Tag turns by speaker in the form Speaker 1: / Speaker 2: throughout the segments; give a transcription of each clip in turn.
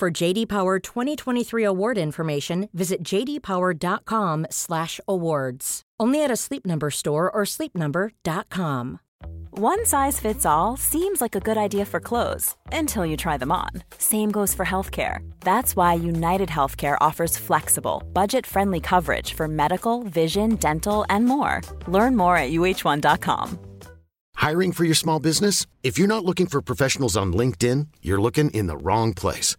Speaker 1: For JD Power 2023 award information, visit jdpower.com/awards. Only at a Sleep Number store or sleepnumber.com.
Speaker 2: One size fits all seems like a good idea for clothes until you try them on. Same goes for healthcare. That's why United Healthcare offers flexible, budget friendly coverage for medical, vision, dental, and more. Learn more at uh1.com.
Speaker 3: Hiring for your small business? If you're not looking for professionals on LinkedIn, you're looking in the wrong place.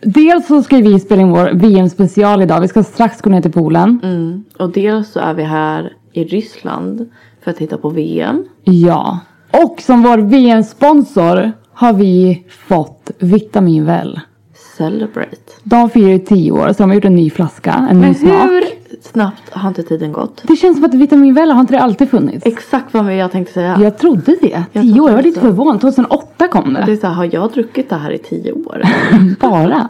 Speaker 4: Dels så ska vi spela in vår VM-special idag. Vi ska strax gå ner till poolen.
Speaker 5: Mm. Och dels så är vi här i Ryssland för att titta på VM.
Speaker 4: Ja. Och som vår VM-sponsor har vi fått Vitamin Well.
Speaker 5: Celebrate.
Speaker 4: De firar ju 10 år så de har gjort en ny flaska, en ny
Speaker 5: Men
Speaker 4: smak.
Speaker 5: hur snabbt har inte tiden gått?
Speaker 4: Det känns som att Vitamin Well har inte det alltid funnits.
Speaker 5: Exakt vad jag tänkte säga.
Speaker 4: Jag trodde det.
Speaker 5: Jag
Speaker 4: 10 år, jag var
Speaker 5: trodde
Speaker 4: lite
Speaker 5: också.
Speaker 4: förvånad. 2008 kom
Speaker 5: Det är
Speaker 4: det.
Speaker 5: så här, har jag druckit det här i tio år?
Speaker 4: Bara.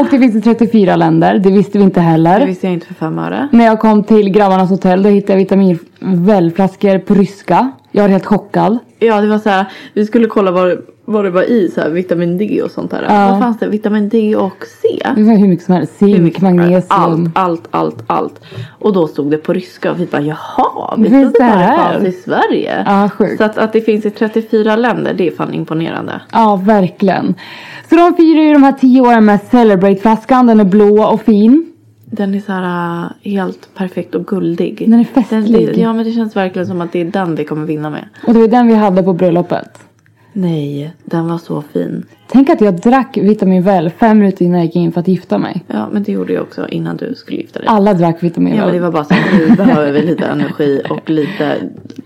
Speaker 4: Och det finns i 34 länder. Det visste vi inte
Speaker 5: Det
Speaker 4: heller.
Speaker 5: visste jag inte för fem öre.
Speaker 4: När jag kom till grabbarnas hotell då hittade jag Vitamin Well-flaskor på ryska. Jag var helt chockad.
Speaker 5: Ja det var så här, vi skulle kolla vad, det- vad det var i så här, vitamin D och sånt där. Vad fanns det? Vitamin D och C?
Speaker 4: Det var hur mycket som helst.
Speaker 5: Hur
Speaker 4: Zink,
Speaker 5: mycket som helst.
Speaker 4: magnesium.
Speaker 5: Mm. Allt, allt, allt, allt. Och då stod det på ryska och vi bara jaha, vi
Speaker 4: Hur
Speaker 5: trodde bara det
Speaker 4: där?
Speaker 5: fanns i Sverige.
Speaker 4: Ja, sjukt.
Speaker 5: Så att, att det finns i 34 länder, det är fan imponerande.
Speaker 4: Ja, verkligen. Så de firar ju de här tio åren med Celebrate-flaskan. Den är blå och fin.
Speaker 5: Den är så här äh, helt perfekt och guldig.
Speaker 4: Den är festlig.
Speaker 5: ja men det känns verkligen som att det är den vi kommer vinna med.
Speaker 4: Och det var den vi hade på bröllopet.
Speaker 5: Nej, den var så fin.
Speaker 4: Tänk att jag drack Vitamin Well fem minuter innan jag gick in för att gifta mig.
Speaker 5: Ja men det gjorde jag också innan du skulle gifta dig.
Speaker 4: Alla drack Vitamin
Speaker 5: Ja men
Speaker 4: Well.
Speaker 5: det var bara så här, nu behöver vi lite energi och lite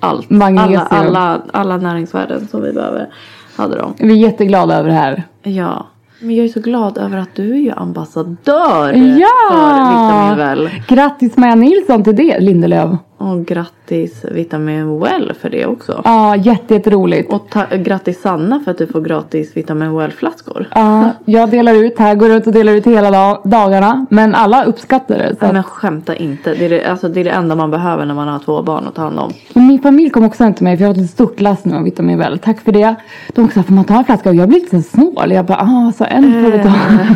Speaker 5: allt.
Speaker 4: Magnesium.
Speaker 5: Alla, alla, alla näringsvärden som vi behöver hade de.
Speaker 4: Vi är jätteglada över det här.
Speaker 5: Ja. Men jag är så glad över att du är ju ambassadör för
Speaker 4: Ja!
Speaker 5: Vitamin Well.
Speaker 4: Grattis Maja Nilsson till det, Lindelöf.
Speaker 5: Och grattis Vitamin Well för det också.
Speaker 4: Ja, jätte, jätteroligt.
Speaker 5: Och ta- grattis Sanna för att du får gratis Vitamin Well-flaskor.
Speaker 4: Ja, jag delar ut här, går runt och delar ut hela dag- dagarna. Men alla uppskattar det. Så
Speaker 5: Nej,
Speaker 4: att,
Speaker 5: Men skämta inte. Det är det, alltså, det är det enda man behöver när man har två barn att ta hand om.
Speaker 4: Men min familj kom också hem till mig för jag har ett litet stort lass nu av Vitamin Well. Tack för det. De också sa, får man ta en flaska? Och jag blir lite så snål. Jag bara, ah, så en får du ta.
Speaker 5: Eh.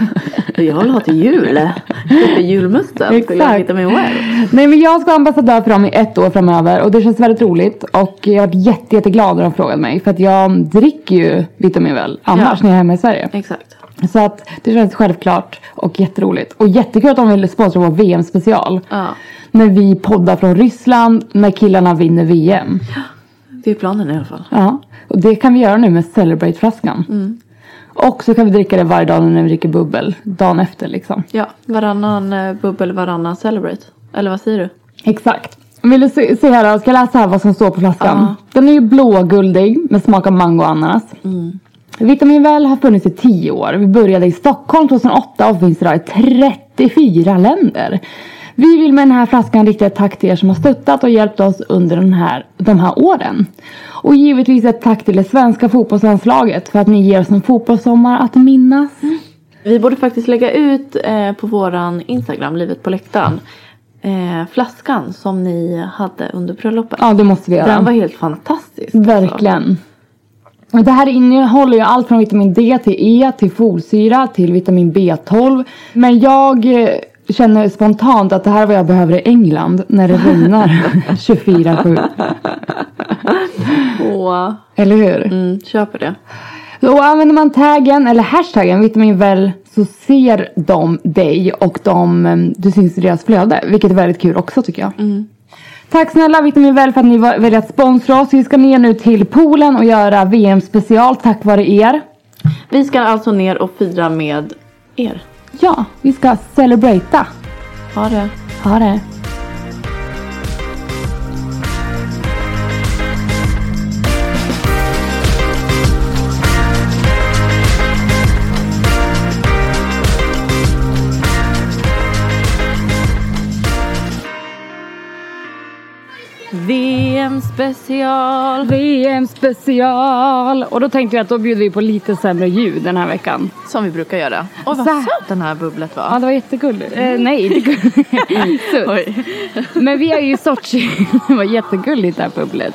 Speaker 5: Jag vill ha till jul. Köper julmusten. Vill ha Vitamin Well.
Speaker 4: Nej men jag ska vara ambassadör för dem i ett år framöver och det känns väldigt roligt. Och jag har varit jätte, jätteglad när de frågade mig. För att jag dricker ju Vitamin Well annars
Speaker 5: Ja.
Speaker 4: när jag är hemma i Sverige.
Speaker 5: Exakt.
Speaker 4: Så att det känns självklart och jätteroligt. Och jättekul att de vill sponsra vår VM-special.
Speaker 5: Ja.
Speaker 4: När vi poddar från Ryssland, när killarna vinner VM.
Speaker 5: Det är planen i alla fall.
Speaker 4: Ja, och det kan vi göra nu med Celebrate-flaskan. Och så kan vi dricka det varje dag när vi dricker bubbel. Dagen efter liksom.
Speaker 5: Ja, varannan eh, bubbel, varannan celebrate. Eller vad säger du?
Speaker 4: Exakt. Vill du se, se här då? Ska jag läsa här vad som står på flaskan?
Speaker 5: Ja.
Speaker 4: Den är ju blåguldig med smak av mango och ananas.
Speaker 5: Mm.
Speaker 4: Vitamin Well har funnits i 10 år. Vi började i Stockholm 2008 och finns idag i 34 länder. Vi vill med den här flaskan rikta ett tack till er som har stöttat och hjälpt oss under den här, de här åren. Och givetvis ett tack till det svenska fotbollslandslaget för att ni ger oss en fotbollssommar att minnas.
Speaker 5: Mm. Vi borde faktiskt lägga ut eh, på våran Instagram, livet på läktaren. Eh, flaskan som ni hade under bröllopet.
Speaker 4: Ja, det måste vi göra.
Speaker 5: Den var helt fantastisk. alltså.
Speaker 4: Verkligen. Och Det här innehåller ju allt från vitamin D till E till folsyra till vitamin B12. Men jag eh, känner spontant att det här är vad jag behöver i England när det regnar 24-7.
Speaker 5: Alltså. Och,
Speaker 4: Eller hur?
Speaker 5: mm, köper det.
Speaker 4: Och använder man taggen eller hashtaggen vitaminväl så ser de dig och de, eh, du syns i deras flöde. Vilket är väldigt kul också tycker jag. Tack snälla Vitamin Väl för att ni var- väljer att sponsra oss. Vi ska ner nu till poolen och göra VM special tack vare er.
Speaker 5: Vi ska alltså ner och fira med er.
Speaker 4: Ja, vi ska celebrata.
Speaker 5: Ha det.
Speaker 4: Ha det.
Speaker 5: VM special.
Speaker 4: VM special! Och då tänkte vi att då bjuder vi på lite sämre ljud den här veckan.
Speaker 5: Som vi brukar göra. Åh vad
Speaker 4: Så här.
Speaker 5: söt den här bubblet var.
Speaker 4: Ja, det var jättegulligt. Eh, nej, det gulligt.
Speaker 5: Oj.
Speaker 4: Men vi är ju i Sochi. Det var jättegulligt det här bubblet.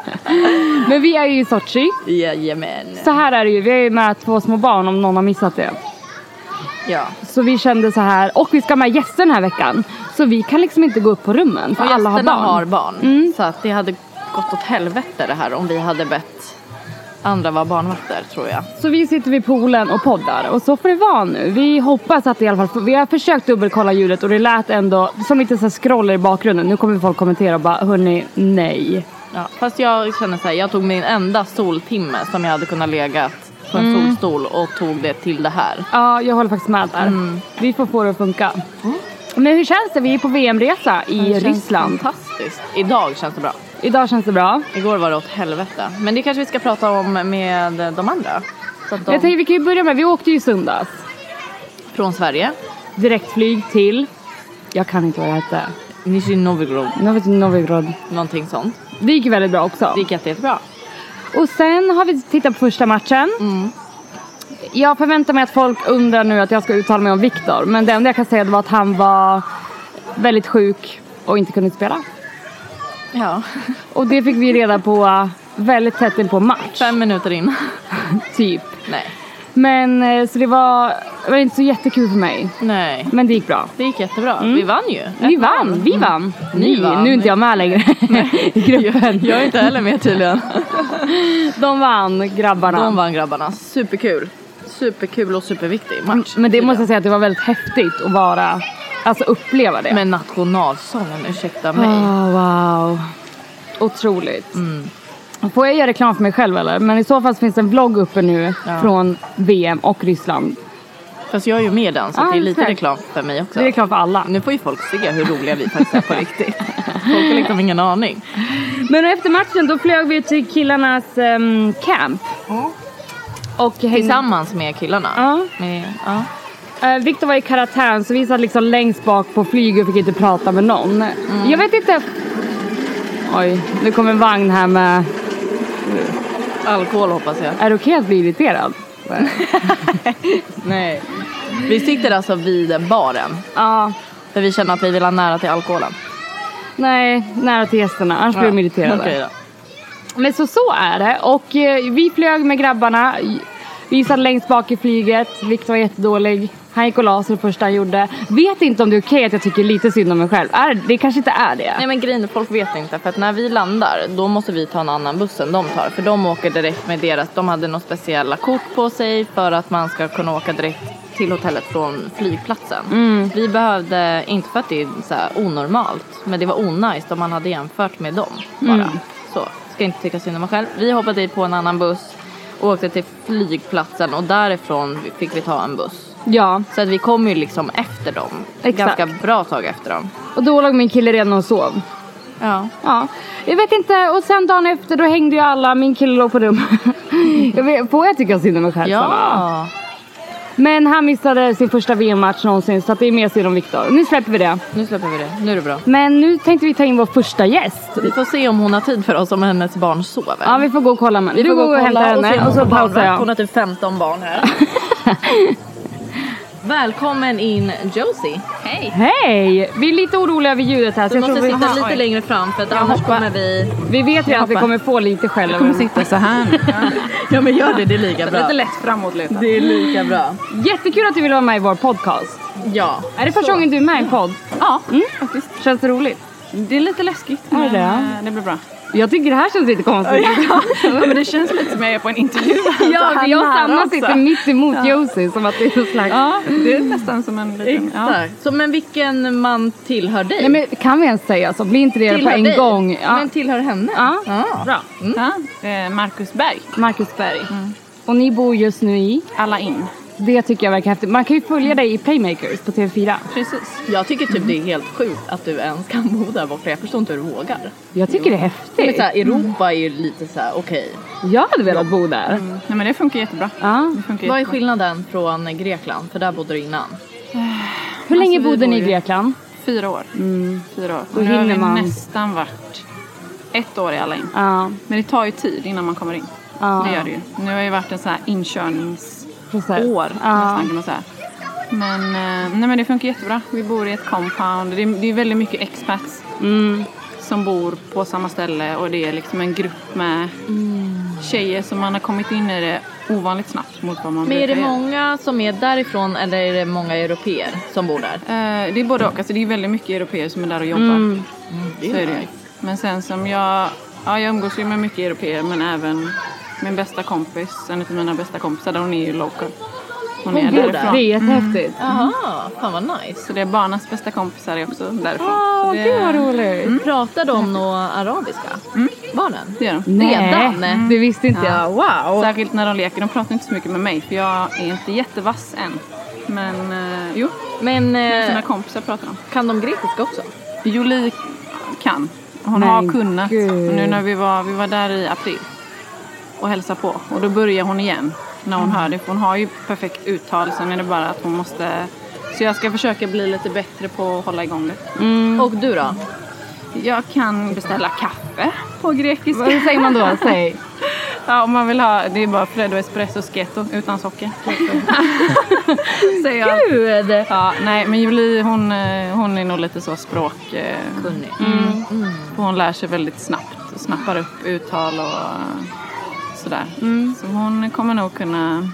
Speaker 4: Men vi är ju i Sochi.
Speaker 5: Jajamän.
Speaker 4: Så här är det ju, vi är ju med två små barn om någon har missat det.
Speaker 5: Ja.
Speaker 4: Så vi kände så här, och vi ska med gäster den här veckan. Så vi kan liksom inte gå upp på rummen för
Speaker 5: Och
Speaker 4: alla har
Speaker 5: gästerna
Speaker 4: barn.
Speaker 5: har barn.
Speaker 4: Mm.
Speaker 5: Så att det hade gått åt helvete det här om vi hade bett andra vara barnvakter tror jag.
Speaker 4: Så vi sitter vid poolen och poddar och så får det vara nu. Vi hoppas att det i alla fall, vi har försökt dubbelkolla ljudet och det lät ändå som lite så här scroller i bakgrunden. Nu kommer folk kommentera och bara, hörni, nej.
Speaker 5: Ja. Fast jag känner så här, jag tog min enda soltimme som jag hade kunnat legat på en
Speaker 4: Mm.
Speaker 5: solstol och tog det till det här.
Speaker 4: Ja, jag håller faktiskt med där.
Speaker 5: Mm.
Speaker 4: Vi får få det att funka. Men hur känns det? Vi är på VM-resa i
Speaker 5: Det känns
Speaker 4: Ryssland.
Speaker 5: Fantastiskt. Idag känns det bra.
Speaker 4: Idag känns det bra.
Speaker 5: Igår var det åt helvete. Men det kanske vi ska prata om med de andra. Så att de
Speaker 4: Jag tänker vi kan ju börja med, vi åkte ju i söndags.
Speaker 5: från Sverige.
Speaker 4: Direktflyg till, jag kan inte vad det hette.
Speaker 5: Nizjnij Novgorod,
Speaker 4: Novi- Novigrod.
Speaker 5: någonting sånt.
Speaker 4: Det gick ju väldigt bra också.
Speaker 5: Det gick jätte, jättebra.
Speaker 4: Och sen har vi tittat på första matchen. Jag förväntar mig att folk undrar nu att jag ska uttala mig om Viktor. Men det enda jag kan säga var att han var väldigt sjuk och inte kunde spela.
Speaker 5: Ja.
Speaker 4: Och det fick vi reda på eh, väldigt tätt in på match.
Speaker 5: Fem minuter in.
Speaker 4: Typ.
Speaker 5: Nej.
Speaker 4: Men eh, så det var, det var inte så jättekul för mig.
Speaker 5: Nej.
Speaker 4: Men det gick bra.
Speaker 5: Det gick jättebra.
Speaker 4: Mm.
Speaker 5: Vi vann ju.
Speaker 4: Vi vann, vi vann.
Speaker 5: Mm. Ni
Speaker 4: Ni,
Speaker 5: vann.
Speaker 4: nu är inte jag med längre i gruppen.
Speaker 5: Jag är inte heller med tydligen.
Speaker 4: De vann grabbarna.
Speaker 5: De vann grabbarna. Superkul. Superkul och superviktig match.
Speaker 4: Men det måste jag säga att det var väldigt häftigt att vara, alltså uppleva det.
Speaker 5: Men nationalsången, ursäkta mig.
Speaker 4: Ah, wow. Otroligt.
Speaker 5: Mm.
Speaker 4: Får jag göra reklam för mig själv eller? Men i så fall så finns det en vlogg uppe nu
Speaker 5: Ja.
Speaker 4: från VM och Ryssland.
Speaker 5: Fast jag är ju med i den så
Speaker 4: Ah,
Speaker 5: det är lite
Speaker 4: tack.
Speaker 5: reklam för mig också.
Speaker 4: Det är reklam för alla.
Speaker 5: Nu får ju folk se hur roliga vi faktiskt är på riktigt. Folk har liksom ingen aning.
Speaker 4: Men efter matchen då flög vi till killarnas ehm, camp. Och hängde
Speaker 5: Mm. Tillsammans med killarna.
Speaker 4: Ja.
Speaker 5: Med, ja.
Speaker 4: Eh, Victor var i karantän så vi satt liksom längst bak på flyget och fick inte prata med någon.
Speaker 5: Mm.
Speaker 4: Jag vet inte... Oj, nu kommer en vagn här med...
Speaker 5: Alkohol hoppas jag.
Speaker 4: Är det okej att bli irriterad?
Speaker 5: Nej. Vi sitter alltså vid baren.
Speaker 4: Ja,
Speaker 5: För vi känner att vi vill ha nära till alkoholen.
Speaker 4: nej, nära till gästerna annars blir de irriterade.
Speaker 5: Okej då.
Speaker 4: Men så så är det och eh, vi flög med grabbarna. Vi satt längst bak i flyget. Victor var jättedålig. Han gick och la sig det första han gjorde. Vet inte om det är okej att jag tycker lite synd om mig själv. Är, det kanske inte är det.
Speaker 5: Nej men grejen är, folk vet inte för att när vi landar då måste vi ta en annan buss än de tar för de åker direkt med deras, de hade några speciella kort på sig för att man ska kunna åka direkt till hotellet från flygplatsen. Vi behövde, inte för att det är så här onormalt, men det var onajst om man hade jämfört med dem bara. Så, ska inte tycka synd om mig själv. Vi hoppade i på en annan buss och åkte till flygplatsen och därifrån fick vi ta en buss.
Speaker 4: Ja,
Speaker 5: Så att vi kom ju liksom efter dem.
Speaker 4: Exakt.
Speaker 5: Ganska bra tag efter dem.
Speaker 4: och då låg min kille redan och sov.
Speaker 5: Ja.
Speaker 4: Ja, jag vet inte. Och sen dagen efter då hängde ju alla. Min kille låg på rummet. Jag vet, får jag tycka synd om mig själv? Sanna?
Speaker 5: Ja.
Speaker 4: Men han missade sin första VM-match någonsin så att det är mer synd om Viktor. Nu släpper vi det.
Speaker 5: Nu släpper vi det. Nu är det bra.
Speaker 4: Men nu tänkte vi ta in vår första gäst.
Speaker 5: Vi får se om hon har tid för oss om hennes barn sover.
Speaker 4: Ja, vi får gå och kolla med henne. Du går och hämtar henne och så pausar jag.
Speaker 5: har typ 15 barn här. Välkommen in Josie. Hej.
Speaker 4: Hej! Vi är lite oroliga över ljudet här. Så
Speaker 5: Du
Speaker 4: jag tror
Speaker 5: måste
Speaker 4: vi...
Speaker 5: sitta
Speaker 4: Aha,
Speaker 5: lite
Speaker 4: oj.
Speaker 5: längre fram för att annars kommer vi...
Speaker 4: Vi vet ju att vi
Speaker 5: hoppa.
Speaker 4: kommer få lite skäll. över den.
Speaker 6: sitta så här nu.
Speaker 5: Ja men gör det, det är lika bra.
Speaker 6: Lite lätt framåtlutat.
Speaker 5: Det är lika bra.
Speaker 4: Jättekul att du vill vara med i vår podcast.
Speaker 5: Ja.
Speaker 4: Är det första gången du är med i en podd?
Speaker 5: Mm,
Speaker 4: Mm.
Speaker 6: Ja,
Speaker 4: Känns det roligt?
Speaker 6: det är lite läskigt.
Speaker 4: Är det?
Speaker 6: men, eh, Det blir bra.
Speaker 4: Jag tycker det här känns lite konstigt.
Speaker 5: Ja, men det känns lite som jag är på en intervju.
Speaker 4: ja, för jag och
Speaker 5: här
Speaker 4: Sanna
Speaker 5: också.
Speaker 4: sitter mitt emot Josie som att det är en slags...
Speaker 6: Ja, det är nästan som en liten... Ja.
Speaker 5: Exakt. Så, men vilken man tillhör dig?
Speaker 4: Nej men kan vi ens säga så? Blir inte det på
Speaker 5: tillhör
Speaker 4: en
Speaker 5: dig.
Speaker 4: gång? Ja.
Speaker 5: Men tillhör henne?
Speaker 4: Ja.
Speaker 5: Ja.
Speaker 6: Bra. Ja. eh, Marcus Berg,
Speaker 4: Mm.
Speaker 6: Mm.
Speaker 4: Marcus Berg. Och ni bor just nu i?
Speaker 6: alla in.
Speaker 4: Det tycker jag verkar häftigt. Man kan ju följa dig i Playmakers på TV4.
Speaker 6: Precis.
Speaker 5: Jag tycker typ det är helt sjukt att du ens kan bo där borta. Jag förstår inte hur du vågar.
Speaker 4: Jag tycker det är
Speaker 5: Men
Speaker 4: häftigt.
Speaker 5: så här, Europa är ju lite så här, Mm. okej.
Speaker 4: Jag hade velat bo där.
Speaker 6: Nej men det funkar jättebra.
Speaker 4: Ja.
Speaker 6: Det funkar
Speaker 5: Vad är
Speaker 6: jättebra.
Speaker 5: skillnaden från Grekland? För där bodde du innan. Alltså,
Speaker 4: Hur länge
Speaker 6: vi
Speaker 4: bodde
Speaker 6: bor
Speaker 4: ni i
Speaker 6: ju-
Speaker 4: Grekland?
Speaker 6: Fyra år. Fyra år.
Speaker 4: Mm. Då
Speaker 6: nu har
Speaker 4: hinner
Speaker 6: vi
Speaker 4: man.
Speaker 6: nästan varit ett år i alla in.
Speaker 4: Ja,
Speaker 6: Men det tar ju tid innan man kommer in.
Speaker 4: Ja.
Speaker 6: Det gör det ju. Nu har det ju varit en sån här inkörningsår
Speaker 4: precis.
Speaker 6: nästan kan Typ. man säga. Men, eh, nej men det funkar jättebra. Vi bor i ett compound. Det är, det är väldigt mycket expats
Speaker 5: Mm.
Speaker 6: som bor på samma ställe och det är liksom en grupp med
Speaker 5: Mm.
Speaker 6: tjejer som man har kommit in i det ovanligt snabbt mot vad man
Speaker 5: Men är det
Speaker 6: brukar göra.
Speaker 5: många som är därifrån eller är det många europeer som bor där?
Speaker 6: Eh, det är både och. Alltså, det är väldigt mycket europeer som är där och jobbar.
Speaker 5: Mm.
Speaker 6: så är det. ju. Men sen som jag... Ja, jag umgås ju med mycket europeer men även min bästa kompis, en av mina bästa kompisar, där hon är ju local. Hon, är
Speaker 5: bor där?
Speaker 6: därifrån.
Speaker 4: Det är jättehäftigt.
Speaker 5: Mm. Jaha, fan vad nice.
Speaker 6: Så det är barnens bästa kompisar är också därifrån.
Speaker 4: Åh,
Speaker 6: Så det,
Speaker 4: Ah, gud vad roligt.
Speaker 5: Mm.
Speaker 4: Mm.
Speaker 5: Pratar de någon arabiska? Barnen?
Speaker 6: det gör de.
Speaker 4: Nej, Mm.
Speaker 5: Redan?
Speaker 4: det visste inte jag. Wow!
Speaker 6: Särskilt när de leker. De pratar inte så mycket med mig för jag är inte jättevass än. Men eh, jo,
Speaker 5: Men eh,
Speaker 6: mina kompisar pratar de.
Speaker 5: kan de grekiska också?
Speaker 6: Juli kan. Hon
Speaker 4: Men
Speaker 6: har kunnat.
Speaker 4: gud.
Speaker 6: Och Nu när vi var, vi var där i april och hälsade på. Och då börjar hon igen när
Speaker 4: Mm.
Speaker 6: hon hör det. För hon har ju perfekt uttal. Sen är det bara att hon måste... Så jag ska försöka bli lite bättre på att hålla igång det.
Speaker 5: Och du då?
Speaker 6: Jag kan beställa kaffe på grekiska.
Speaker 4: Hur säger man då? Säg.
Speaker 6: Ja, om man vill ha... Det är bara Freddo Espresso Sketo utan socker. Säger jag.
Speaker 5: Gud!
Speaker 6: Ja, nej, men Julie hon, eh, hon är nog lite så språk... eh, mm.
Speaker 5: Kunnig.
Speaker 4: Mm.
Speaker 6: För hon lär sig väldigt snabbt och snappar upp uttal och eh, sådär.
Speaker 4: Mm.
Speaker 6: Så hon kommer nog kunna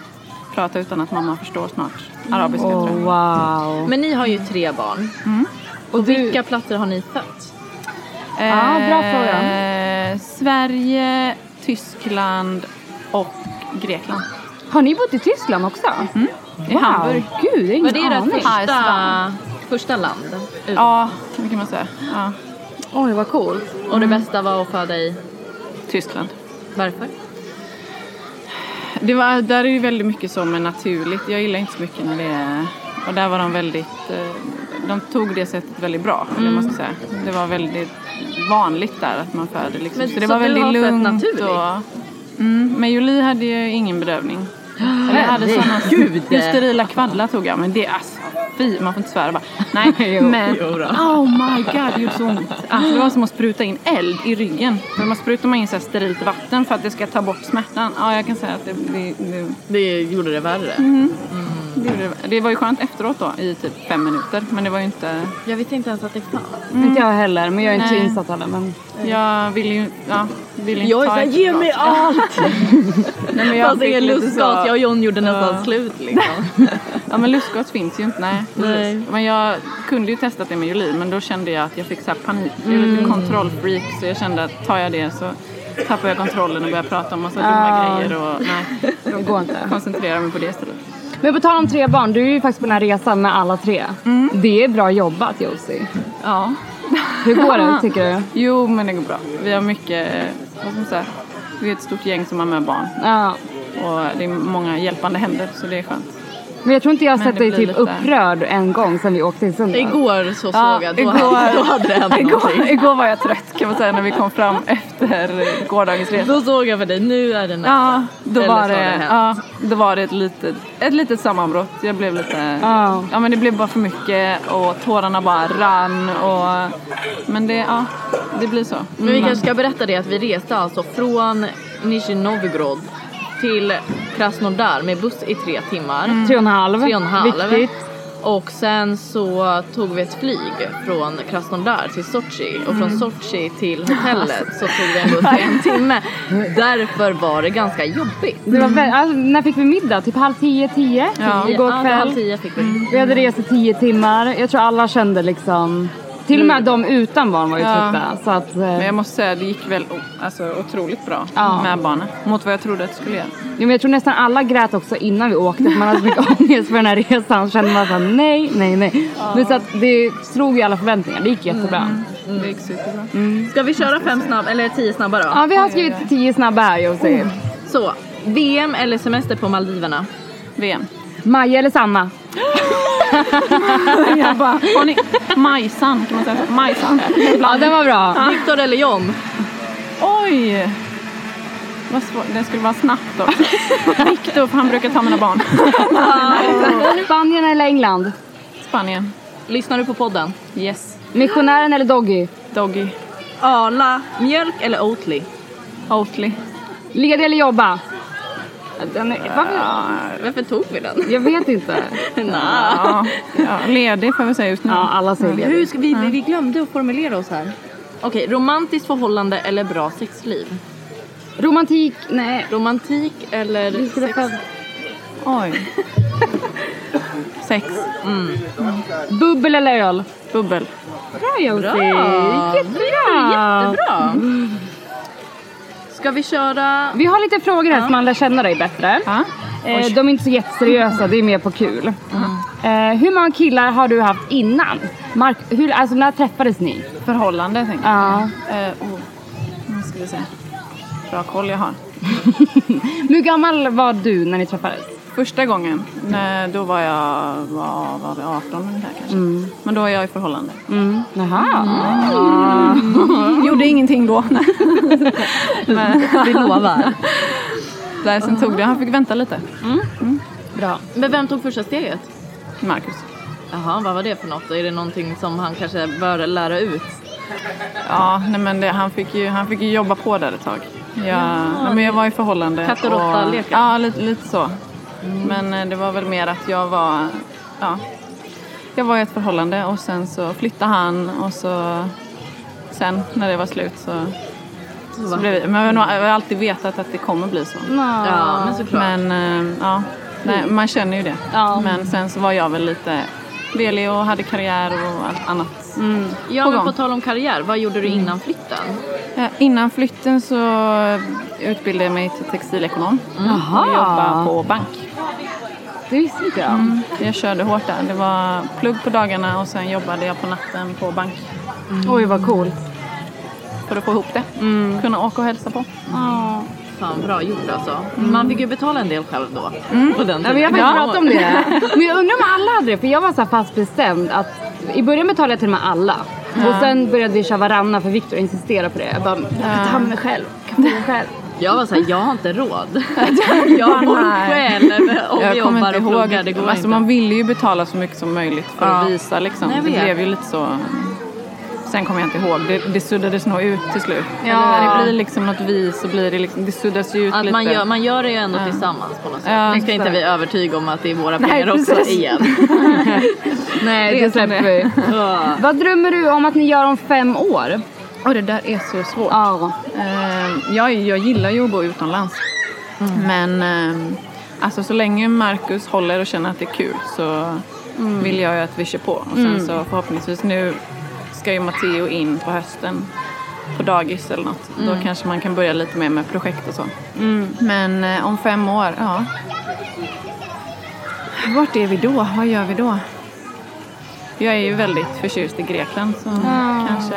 Speaker 6: prata utan att mamma förstår snart arabiska
Speaker 4: Oh,
Speaker 6: tror jag.
Speaker 4: wow.
Speaker 5: Men ni har ju tre barn. Mm. Och vilka platser har ni fött?
Speaker 4: Ja, bra fråga.
Speaker 6: Eh, Sverige, Tyskland och Grekland.
Speaker 4: Har ni bott i Tyskland också?
Speaker 6: I Hamburg.
Speaker 4: Gud, det är
Speaker 5: Var
Speaker 4: ingen
Speaker 5: det ert
Speaker 4: aning.
Speaker 5: första, första land? ut?
Speaker 6: Ja, det kan man säga. Ja,
Speaker 4: Oj, vad coolt.
Speaker 5: Och det bästa var att föda i
Speaker 6: Tyskland.
Speaker 5: varför?
Speaker 6: Det var, där är ju väldigt mycket så med naturligt. Jag gillar inte så mycket när det är... Och där var de väldigt... eh, De tog det sättet väldigt bra, eller jag måste
Speaker 5: Mm.
Speaker 6: säga. Det var väldigt vanligt där att man föder liksom.
Speaker 5: Men
Speaker 6: så det
Speaker 5: så
Speaker 6: var
Speaker 5: du
Speaker 6: väldigt
Speaker 5: har fött
Speaker 6: lugnt
Speaker 5: naturligt?
Speaker 6: och... Mm, men Julie hade ju ingen bedövning. Eller Jag hade såna
Speaker 5: Herregud!
Speaker 6: sterila kvaddlar tog jag, men det är alltså... Fy, man får inte svära bara. Nej, men...
Speaker 5: jo då.
Speaker 6: Oh my god, det gjorde så ont. Alltså, det var som att spruta in eld i ryggen. För man sprutar man in så här sterilt vatten för att det ska ta bort smärtan. Ja, jag kan säga att det, det, det
Speaker 5: Det gjorde det värre.
Speaker 6: det gjorde det. Det var ju skönt efteråt då i typ fem minuter. Men det var ju inte...
Speaker 5: Jag visste inte ens att det fanns.
Speaker 4: Inte jag heller, men jag är inte så
Speaker 6: Nej.
Speaker 4: insatt heller. Men...
Speaker 6: Jag ville ju... Ja, ville inte
Speaker 5: Jag är
Speaker 6: ta
Speaker 5: såhär,
Speaker 6: ett
Speaker 5: ge
Speaker 6: glas.
Speaker 5: mig allt!
Speaker 6: Nej, men jag
Speaker 5: Fast Alltså, det
Speaker 6: fick
Speaker 5: är
Speaker 6: lite
Speaker 5: lustgas,
Speaker 6: så-
Speaker 5: jag och John gjorde nästan slut liksom.
Speaker 6: Ja men lustgas finns ju inte. Nej.
Speaker 5: Nej.
Speaker 6: Precis. Men jag kunde ju testat det med Julie men då kände jag att jag fick så här panik. Jag är lite
Speaker 5: Mm.
Speaker 6: kontrollfreak så jag kände att tar jag det så tappar jag kontrollen och börjar prata om massa
Speaker 5: Ah.
Speaker 6: dumma grejer och nej.
Speaker 4: Det går inte.
Speaker 6: Koncentrera mig på det istället.
Speaker 4: Men på tal om tre barn, du är ju faktiskt på den här resan med alla tre. Det är bra jobbat Josie.
Speaker 6: Ja.
Speaker 4: Hur går det tycker du?
Speaker 6: Jo men det går bra. Vi har mycket, vad ska man säga? Vi är ett stort gäng som har med barn.
Speaker 4: Ja.
Speaker 6: Och det är många hjälpande händer så det är skönt.
Speaker 4: Men jag tror inte jag har
Speaker 6: Men
Speaker 4: sett
Speaker 6: det
Speaker 4: dig
Speaker 6: blir
Speaker 4: typ
Speaker 6: lite-
Speaker 4: upprörd en gång sen vi åkte i Sundsvall.
Speaker 5: Igår så såg
Speaker 6: Ja,
Speaker 5: jag, då,
Speaker 6: igår-
Speaker 5: hade, då hade det hänt någonting.
Speaker 6: Igår, igår var jag trött kan man säga när vi kom fram efter gårdagens resa.
Speaker 5: Då såg jag för dig, nu är det natt.
Speaker 6: Ja, då
Speaker 5: Eller så
Speaker 6: var
Speaker 5: har det
Speaker 6: det,
Speaker 5: hänt.
Speaker 6: ja, då var det ett, litet, ett litet sammanbrott. Jag blev lite...
Speaker 4: Ja.
Speaker 6: Ja, men det blev bara för mycket och tårarna bara rann. Och, men det, ja, det blir så.
Speaker 5: Men vi kanske ska berätta det att vi reste alltså från Nizhny Novgorod till Krasnodar med buss i tre timmar.
Speaker 4: Tre och en halv.
Speaker 5: Tre och en halv.
Speaker 4: Viktigt.
Speaker 5: Och sen så tog vi ett flyg från Krasnodar till Sochi och från Sochi till hotellet så tog det en buss i en timme. Därför var det ganska jobbigt.
Speaker 4: Det var väl, alltså, när fick vi middag? Typ halv tio, tio? Typ
Speaker 6: Ja.
Speaker 4: Igår
Speaker 5: Ja,
Speaker 4: kväll.
Speaker 5: halv tio fick vi.
Speaker 4: Vi hade rest i tio timmar. Jag tror alla kände liksom Till och med de utan barn var ju
Speaker 6: Ja.
Speaker 4: trötta. Så att, eh,
Speaker 6: Men jag måste säga, det gick väl o- alltså, otroligt bra
Speaker 4: Ja.
Speaker 6: med barnen. Mot vad jag trodde att det skulle göra.
Speaker 4: Jo, men jag tror nästan alla grät också innan vi åkte för man hade så mycket ångest för den här resan. Så kände man såhär nej, nej, nej. Men så att det slog ju alla förväntningar. Det gick jättebra.
Speaker 5: Mm.
Speaker 6: Det gick superbra.
Speaker 5: Ska vi köra fem snabba, eller tio snabba då?
Speaker 4: Ja, vi har skrivit tio snabba här
Speaker 5: Mm.
Speaker 4: Josie.
Speaker 5: Så, VM eller semester på Maldiverna?
Speaker 6: VM.
Speaker 4: Maja eller Sanna?
Speaker 6: Jag bara, har ni Majsan? Kan man säga så? Majsan?
Speaker 4: Ja, den var bra.
Speaker 5: Viktor eller John?
Speaker 6: Oj! Vad svårt. Den skulle vara snabbt då. Viktor, för han brukar ta mina barn.
Speaker 4: Spanien eller England?
Speaker 6: Spanien.
Speaker 5: Lyssnar du på podden?
Speaker 6: Yes.
Speaker 4: Missionären eller Doggy?
Speaker 6: Doggy.
Speaker 5: Arla, mjölk eller Oatly?
Speaker 6: Oatly.
Speaker 4: Ledig eller jobba? Den är, varför?
Speaker 5: Varför tog vi den?
Speaker 4: Jag vet inte.
Speaker 6: Ja, ja, ledig får vi säga just nu.
Speaker 4: Ja, alla säger ledig.
Speaker 5: Hur ska vi, vi glömde att formulera oss här. Okej, romantiskt förhållande eller bra sexliv?
Speaker 4: Romantik? Nej.
Speaker 5: Romantik eller sex?
Speaker 6: Oj. Sex.
Speaker 4: Bubbel eller öl?
Speaker 6: Bubbel.
Speaker 4: Bra Josie!
Speaker 5: Bra.
Speaker 4: Jättebra!
Speaker 5: Jättebra! Ska vi köra...
Speaker 4: Vi har lite frågor här så man lär känna dig bättre.
Speaker 6: Ja.
Speaker 4: Eh, de är inte så jätteseriösa, det är mer på kul. Eh, hur många killar har du haft innan? Mark, hur, alltså när träffades ni?
Speaker 6: Förhållande tänker jag.
Speaker 4: Ja.
Speaker 6: Eh, oh. Nu ska vi se. Bra koll jag har.
Speaker 4: Hur gammal var du när ni träffades?
Speaker 6: Första gången, när, då var jag var, var det 18 ungefär kanske.
Speaker 5: Mm.
Speaker 6: Men då är jag i förhållande.
Speaker 4: Jaha.
Speaker 6: Gjorde ingenting då. Men,
Speaker 5: Vi lovar. Mm.
Speaker 6: där sen tog det, han fick vänta lite. Mm.
Speaker 4: Bra.
Speaker 5: Men vem tog första steget?
Speaker 6: Marcus.
Speaker 5: Jaha, vad var det för något? Är det någonting som han kanske bör lära ut?
Speaker 6: Ja, nej men det, han, fick ju, han fick ju jobba på där ett tag. Jag, nej, men jag var i förhållande.
Speaker 5: Katt och råtta
Speaker 6: och-
Speaker 5: leken. Mm.
Speaker 6: Ja, lite, lite så. Men eh, det var väl mer att jag var... Ja, jag var i ett förhållande och sen så flyttade han och så... Sen när det var slut så... så blev vi, men jag har nog- jag har alltid vetat att det kommer bli så.
Speaker 5: Ja, men såklart.
Speaker 6: Men eh, ja, nej, man känner ju det.
Speaker 4: Ja.
Speaker 6: Men sen så var jag väl lite velig och hade karriär och allt annat.
Speaker 5: Ja,
Speaker 6: på
Speaker 5: men
Speaker 6: gång.
Speaker 5: på tal om karriär, vad gjorde du innan flytten?
Speaker 6: Eh, Innan flytten så utbildade jag mig till textilekonom och jobbade på bank.
Speaker 4: Det visste inte jag. Mm.
Speaker 6: Jag körde hårt där. Det var plugg på dagarna och sen jobbade jag på natten på bank
Speaker 4: Oj vad coolt.
Speaker 6: för att få ihop det.
Speaker 5: Mm.
Speaker 6: Kunna åka och hälsa på.
Speaker 5: Fan, bra gjort alltså. Man fick ju betala en del själv då.
Speaker 6: Mm.
Speaker 5: På den
Speaker 4: Ja, men jag har faktiskt pratat om det. Men jag undrar om alla hade det, för jag var så här fast bestämd att i början betalade jag till och med alla. Och sen började vi köra varannan för Viktor insisterade på det. Jag bara, jag kan ta med mig själv. Jag kan få mig själv.
Speaker 5: Jag var såhär, jag har inte råd. jag bor själv och
Speaker 6: jag kommer
Speaker 5: jobbar
Speaker 6: inte
Speaker 5: och
Speaker 6: ihåg.
Speaker 5: pluggar. Det går
Speaker 6: alltså,
Speaker 5: inte.
Speaker 6: Man ville ju betala så mycket som möjligt för
Speaker 5: Ja.
Speaker 6: att visa liksom.
Speaker 5: Nej, jag
Speaker 6: det
Speaker 5: vet.
Speaker 6: blev ju lite så. Sen kommer jag inte ihåg. Det, det suddades nog ut till slut.
Speaker 4: Ja.
Speaker 6: Eller när det blir liksom något vi så blir det liksom, det suddas ju ut
Speaker 5: Att
Speaker 6: lite.
Speaker 5: man, gör, man gör det ju ändå tillsammans på något sätt.
Speaker 6: Ja,
Speaker 5: nu ska inte
Speaker 6: exakt.
Speaker 5: vi övertyga om att det är våra pengar också
Speaker 6: precis.
Speaker 5: igen.
Speaker 4: Nej, det
Speaker 6: Resan
Speaker 4: släpper vi.
Speaker 5: Ja.
Speaker 4: Vad drömmer du om att ni gör om fem år?
Speaker 6: Och det där är så svårt.
Speaker 4: Ja.
Speaker 6: Eh, jag, jag gillar ju att bo utomlands. Mm. Men eh, alltså, så länge Marcus håller och känner att det är kul så vill jag ju att vi kör på. Och sen så förhoppningsvis nu ska ju Matteo in på hösten på dagis eller något. Då kanske man kan börja lite mer med projekt och så. Men eh, om fem år, ja. Vart är vi då? Vad gör vi då? Jag är ju väldigt förtjust i Grekland så kanske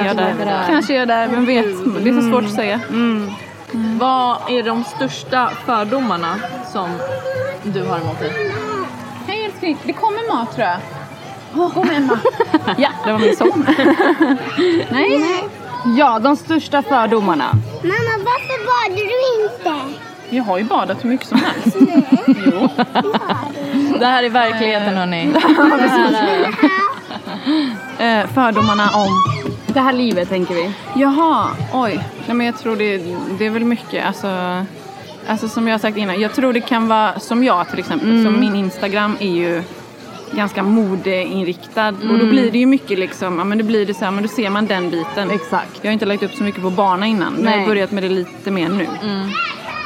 Speaker 6: är jag där. Kanske är jag där, vem vet. Det är så svårt att säga.
Speaker 5: Mm.
Speaker 6: Mm.
Speaker 5: Vad är de största fördomarna som du har emot dig?
Speaker 6: Hej älskling, det kommer mat tror jag. Kom Emma. ja, det var min son. Nej.
Speaker 4: Ja, de största fördomarna.
Speaker 7: Mamma, varför badar du inte?
Speaker 6: Jag har ju badat hur mycket som helst. jo.
Speaker 5: Det här är verkligheten hörni.
Speaker 6: Eh, fördomarna om
Speaker 4: Det här livet tänker vi.
Speaker 6: Jaha, oj. Nej, men jag tror det, det är väl mycket. Alltså, alltså som jag har sagt innan, jag tror det kan vara som jag till exempel. Som min Instagram är ju ganska modeinriktad. Och då blir det ju mycket liksom, ja men då blir det så här, men då ser man den biten.
Speaker 4: Exakt.
Speaker 6: Jag har inte lagt upp så mycket på bana innan. Men jag
Speaker 4: Nej.
Speaker 5: Mm.
Speaker 6: har börjat med det lite mer nu.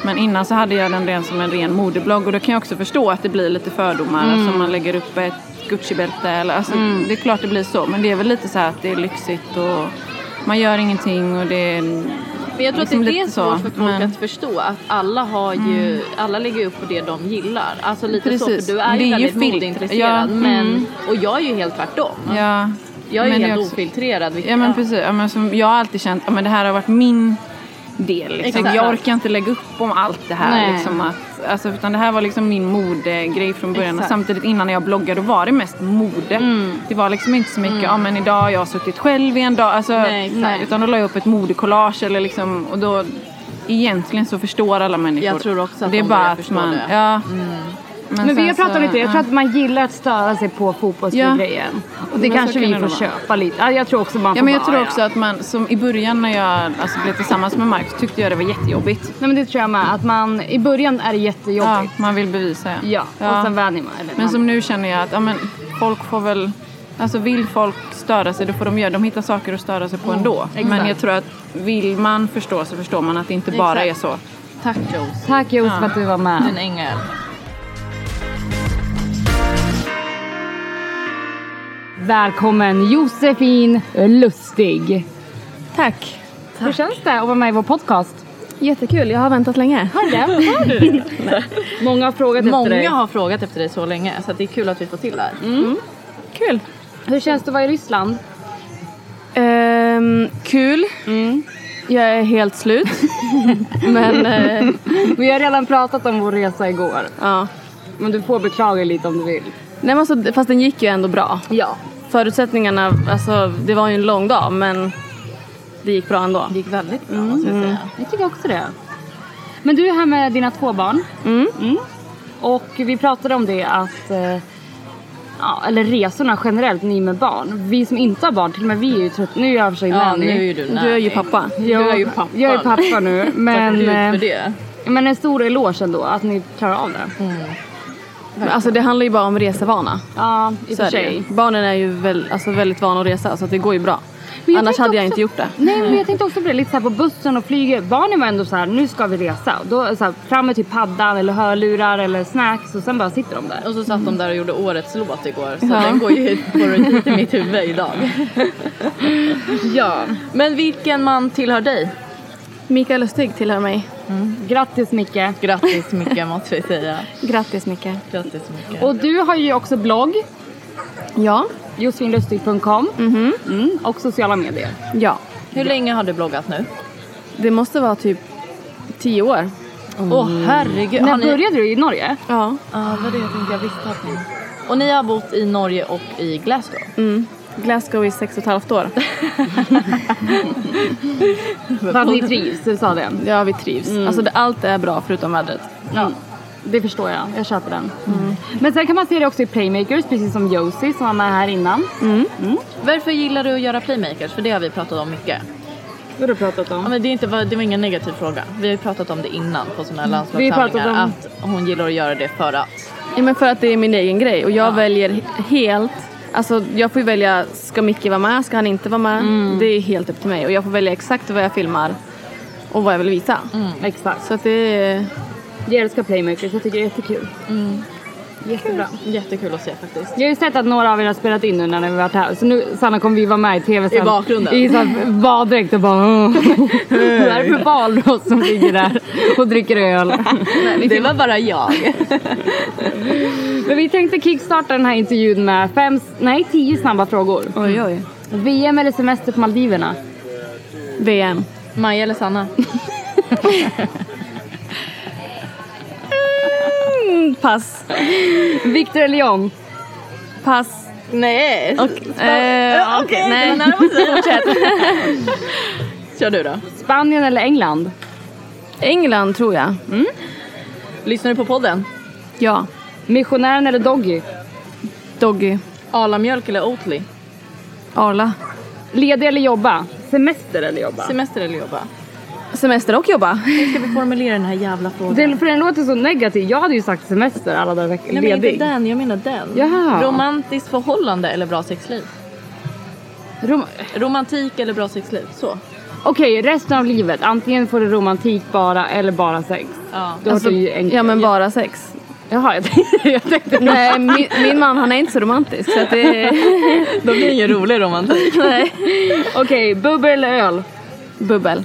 Speaker 6: Men innan så hade jag den ren som en ren modeblogg och då kan jag också förstå att det blir lite fördomar. Mm. man lägger upp ett Gucci-bälte eller alltså,
Speaker 5: Mm.
Speaker 6: det är klart det blir så. Men det är väl lite så här att det är lyxigt och man gör ingenting och det är
Speaker 5: Men jag tror
Speaker 6: Liksom
Speaker 5: att det är
Speaker 6: lite
Speaker 5: svårt
Speaker 6: så,
Speaker 5: för folk
Speaker 6: men-
Speaker 5: att förstå att alla har ju,
Speaker 4: Mm.
Speaker 5: alla lägger ju upp på det de gillar. Alltså lite så,
Speaker 6: Precis.
Speaker 5: för du är
Speaker 6: Det
Speaker 5: ju
Speaker 6: är ju
Speaker 5: väldigt
Speaker 6: filter.
Speaker 5: modeintresserad.
Speaker 6: Ja,
Speaker 5: Men,
Speaker 6: mm.
Speaker 5: Och jag är ju helt tvärtom.
Speaker 6: Ja.
Speaker 5: Jag är
Speaker 6: Men
Speaker 5: ju
Speaker 6: det
Speaker 5: helt
Speaker 6: också-
Speaker 5: ofiltrerad. vilket-
Speaker 6: Ja men precis. Ja, men som jag har alltid känt att det här har varit min del. Liksom.
Speaker 5: Exakt.
Speaker 6: Jag orkar inte lägga upp om allt det här.
Speaker 5: Nej.
Speaker 6: Liksom, att, alltså, utan det här var liksom min modegrej från början. Och
Speaker 5: Exakt. Mm.
Speaker 6: samtidigt innan när jag bloggade då var det mest mode. Det var liksom inte så mycket, ja men idag har jag suttit själv i en dag. Alltså,
Speaker 5: Nej, exakt.
Speaker 6: nej, utan då la jag upp ett modekollage eller liksom, och då egentligen så förstår alla människor.
Speaker 5: Jag tror också att
Speaker 6: det är
Speaker 5: de
Speaker 6: bara
Speaker 5: börjar
Speaker 6: att
Speaker 5: förstå
Speaker 6: man,
Speaker 5: det. Mm.
Speaker 6: Ja.
Speaker 4: Men vi har
Speaker 6: sen
Speaker 4: pratat
Speaker 6: så-
Speaker 4: lite, jag tror att man gillar att störa sig på fotbollsgrejen. Och det
Speaker 6: Men så
Speaker 4: kanske
Speaker 6: kan
Speaker 4: vi
Speaker 6: det
Speaker 4: får
Speaker 6: nog vara.
Speaker 4: köpa lite. Ja, jag tror också man får
Speaker 6: Ja, men jag
Speaker 4: bara,
Speaker 6: tror också att man, som i början när jag alltså, blev tillsammans med Mark tyckte jag det var jättejobbigt.
Speaker 4: Nej men det tror jag med, att man i början är det
Speaker 6: Ja,
Speaker 4: jättejobbigt.
Speaker 6: man vill bevisa ja.
Speaker 4: Ja,
Speaker 6: Ja.
Speaker 4: och sen vänjer man eller
Speaker 6: Men
Speaker 4: man-
Speaker 6: som nu känner jag att ja, men, folk får väl, alltså vill folk störa sig då får de göra De hittar saker att störa sig på
Speaker 8: Mm,
Speaker 6: ändå. Men jag tror att vill man förstå så förstår man att det inte bara
Speaker 5: Exakt.
Speaker 6: är så.
Speaker 5: Tack Jose,
Speaker 4: Tack Jos för att du var med.
Speaker 5: en ängel.
Speaker 4: Välkommen Josefin Lustig. Tack. Hur känns det att vara med i vår podcast?
Speaker 8: Jättekul, jag har väntat länge.
Speaker 4: Har du det? Har du det? Många har frågat efter dig. Mm.
Speaker 5: Många har frågat efter dig så länge så att det är kul att vi får till det här. Mm.
Speaker 8: Kul.
Speaker 4: Hur känns det att vara i Ryssland?
Speaker 8: Ehm, kul.
Speaker 6: Mm.
Speaker 8: Jag är helt slut. Men eh,
Speaker 4: Vi har redan pratat om vår resa igår.
Speaker 8: ja.
Speaker 4: Men du får beklaga lite om du vill.
Speaker 8: Nej, men alltså, fast den gick ju ändå bra.
Speaker 4: Ja.
Speaker 8: Förutsättningarna, alltså det var ju en lång dag men det gick bra ändå. Mm.
Speaker 5: Det gick väldigt bra måste jag säga.
Speaker 4: Jag tycker också det. Men du är här med dina två barn. Mm. Och vi pratade om det att eh, Ja, eller resorna generellt, ni med barn. Vi som inte har barn, till och med vi är ju trötta. Nu är jag i och för sig
Speaker 5: Ja,
Speaker 4: nanny.
Speaker 5: nu är ju du
Speaker 8: Du är ju pappa.
Speaker 4: jag,
Speaker 5: du är ju pappa.
Speaker 4: Jag är pappa nu.
Speaker 5: Tack
Speaker 4: Men,
Speaker 5: Gud
Speaker 8: Mm.
Speaker 5: för
Speaker 4: eh,
Speaker 5: det. Mm.
Speaker 4: men en stor eloge ändå, att ni klarar av det.
Speaker 8: Men Alltså det handlar ju bara om resevana.
Speaker 4: Ja, i och för
Speaker 8: Så är det ju.
Speaker 4: sig.
Speaker 8: Barnen är ju väl, alltså, väldigt vana att resa så att det går ju bra.
Speaker 4: Men jag
Speaker 8: Annars
Speaker 4: tänkte
Speaker 8: hade jag
Speaker 4: också-
Speaker 8: inte gjort det.
Speaker 4: Nej men jag tänkte också på det, lite så här på bussen och flyget. Barnen var ändå så här, nu ska vi resa. Och Då så här, fram med typ paddan eller hörlurar eller snacks och sen bara sitter de där.
Speaker 5: Och så satt de där och gjorde årets låt igår så den går ju på repeat i mitt huvud idag.
Speaker 4: Ja.
Speaker 5: Men vilken man tillhör dig?
Speaker 8: Mikael Lustig tillhör mig.
Speaker 4: Mm. Grattis Micke.
Speaker 5: Grattis Micke måste vi säga.
Speaker 8: Grattis Micke.
Speaker 5: Grattis Micke.
Speaker 4: Och du har ju också blogg,
Speaker 8: Ja. Mhm.
Speaker 4: josfinlustig.com mm, och sociala medier.
Speaker 8: Ja.
Speaker 5: Hur länge har du bloggat nu?
Speaker 8: Det måste vara typ tio år.
Speaker 5: Åh herregud.
Speaker 4: När
Speaker 5: Har ni...
Speaker 4: började du? I Norge?
Speaker 8: Ja.
Speaker 5: Ja, vad det jag tänkte jag visste att ni... Och ni har bott i Norge och i Glasgow?
Speaker 8: Glasgow i sex och ett halvt år.
Speaker 4: För att ni trivs, du sa det.
Speaker 8: Ja, vi trivs. Alltså det, allt är bra förutom vädret. Mm.
Speaker 4: Ja. Det förstår jag, jag köper den. Men sen kan man se det också i Playmakers, precis som Josie som var med här innan.
Speaker 5: Varför gillar du att göra playmakers? För det har vi pratat om mycket.
Speaker 4: Vad har du pratat om?
Speaker 5: Ja, men det, är inte, det var ingen negativ fråga. Vi har ju pratat om det innan på sådana här
Speaker 4: Mm. Vi har pratat
Speaker 5: landslagstävlingar. Att hon gillar att göra det för att.
Speaker 8: Ja, men för att det är min egen grej och jag väljer he- helt Alltså jag får ju välja, ska Micke vara med, ska han inte vara med?
Speaker 5: Mm.
Speaker 8: Det är helt upp till mig och jag får välja exakt vad jag filmar och vad jag vill visa.
Speaker 5: Mm,
Speaker 4: Exakt.
Speaker 8: Så att det är...
Speaker 4: Jag älskar Playmakers, jag tycker det är jättekul. Mm. Jättebra.
Speaker 5: Jättekul att se faktiskt.
Speaker 4: Jag har ju sett att några av er har spelat in nu när ni har varit här. Så nu Sanna kommer vi vara med i tv sen.
Speaker 5: I bakgrunden.
Speaker 4: I sån baddräkt och bara... "Åh." Vad är det för valross som ligger där och dricker öl?
Speaker 5: Det var bara jag.
Speaker 4: Men vi tänkte kickstarta den här intervjun med fem, nej tio snabba frågor.
Speaker 8: Oj oj.
Speaker 4: VM eller semester på Maldiverna?
Speaker 8: VM.
Speaker 5: Maja eller Sanna?
Speaker 8: Mm, pass.
Speaker 4: Victor eller John?
Speaker 8: Pass.
Speaker 5: Nej.
Speaker 8: Och, eh,
Speaker 5: Okej,
Speaker 8: nej.
Speaker 5: Kör du då.
Speaker 4: Spanien eller England?
Speaker 8: England tror jag.
Speaker 5: Lyssnar du på podden?
Speaker 8: Ja.
Speaker 4: Missionären eller Doggy?
Speaker 8: Doggy.
Speaker 5: Arlamjölk eller Oatly?
Speaker 8: Arla.
Speaker 4: Ledig eller jobba? Semester eller jobba?
Speaker 5: Semester eller jobba?
Speaker 8: Semester och jobba.
Speaker 5: Hur ska vi formulera den här jävla frågan?
Speaker 4: Den, för den låter så negativ. Jag hade ju sagt semester alla dagar i veckan.
Speaker 5: Nej men
Speaker 4: Ledig.
Speaker 5: inte den, jag menar den.
Speaker 4: Jaha.
Speaker 5: Romantiskt förhållande eller bra sexliv?
Speaker 4: Rom-
Speaker 5: Romantik eller bra sexliv? Så.
Speaker 9: Okej, resten av livet. Antingen får du romantik bara eller bara sex.
Speaker 6: Ja.
Speaker 9: Då
Speaker 8: Alltså,
Speaker 9: har du ju en...
Speaker 8: ja men bara sex.
Speaker 9: Jaha, jag tänkte... Jag tänkte
Speaker 8: Nej, min, min man han är inte så romantisk så att det
Speaker 5: Då blir det ingen rolig romantik.
Speaker 8: nej.
Speaker 9: Okej, bubbel eller öl?
Speaker 8: Bubbel.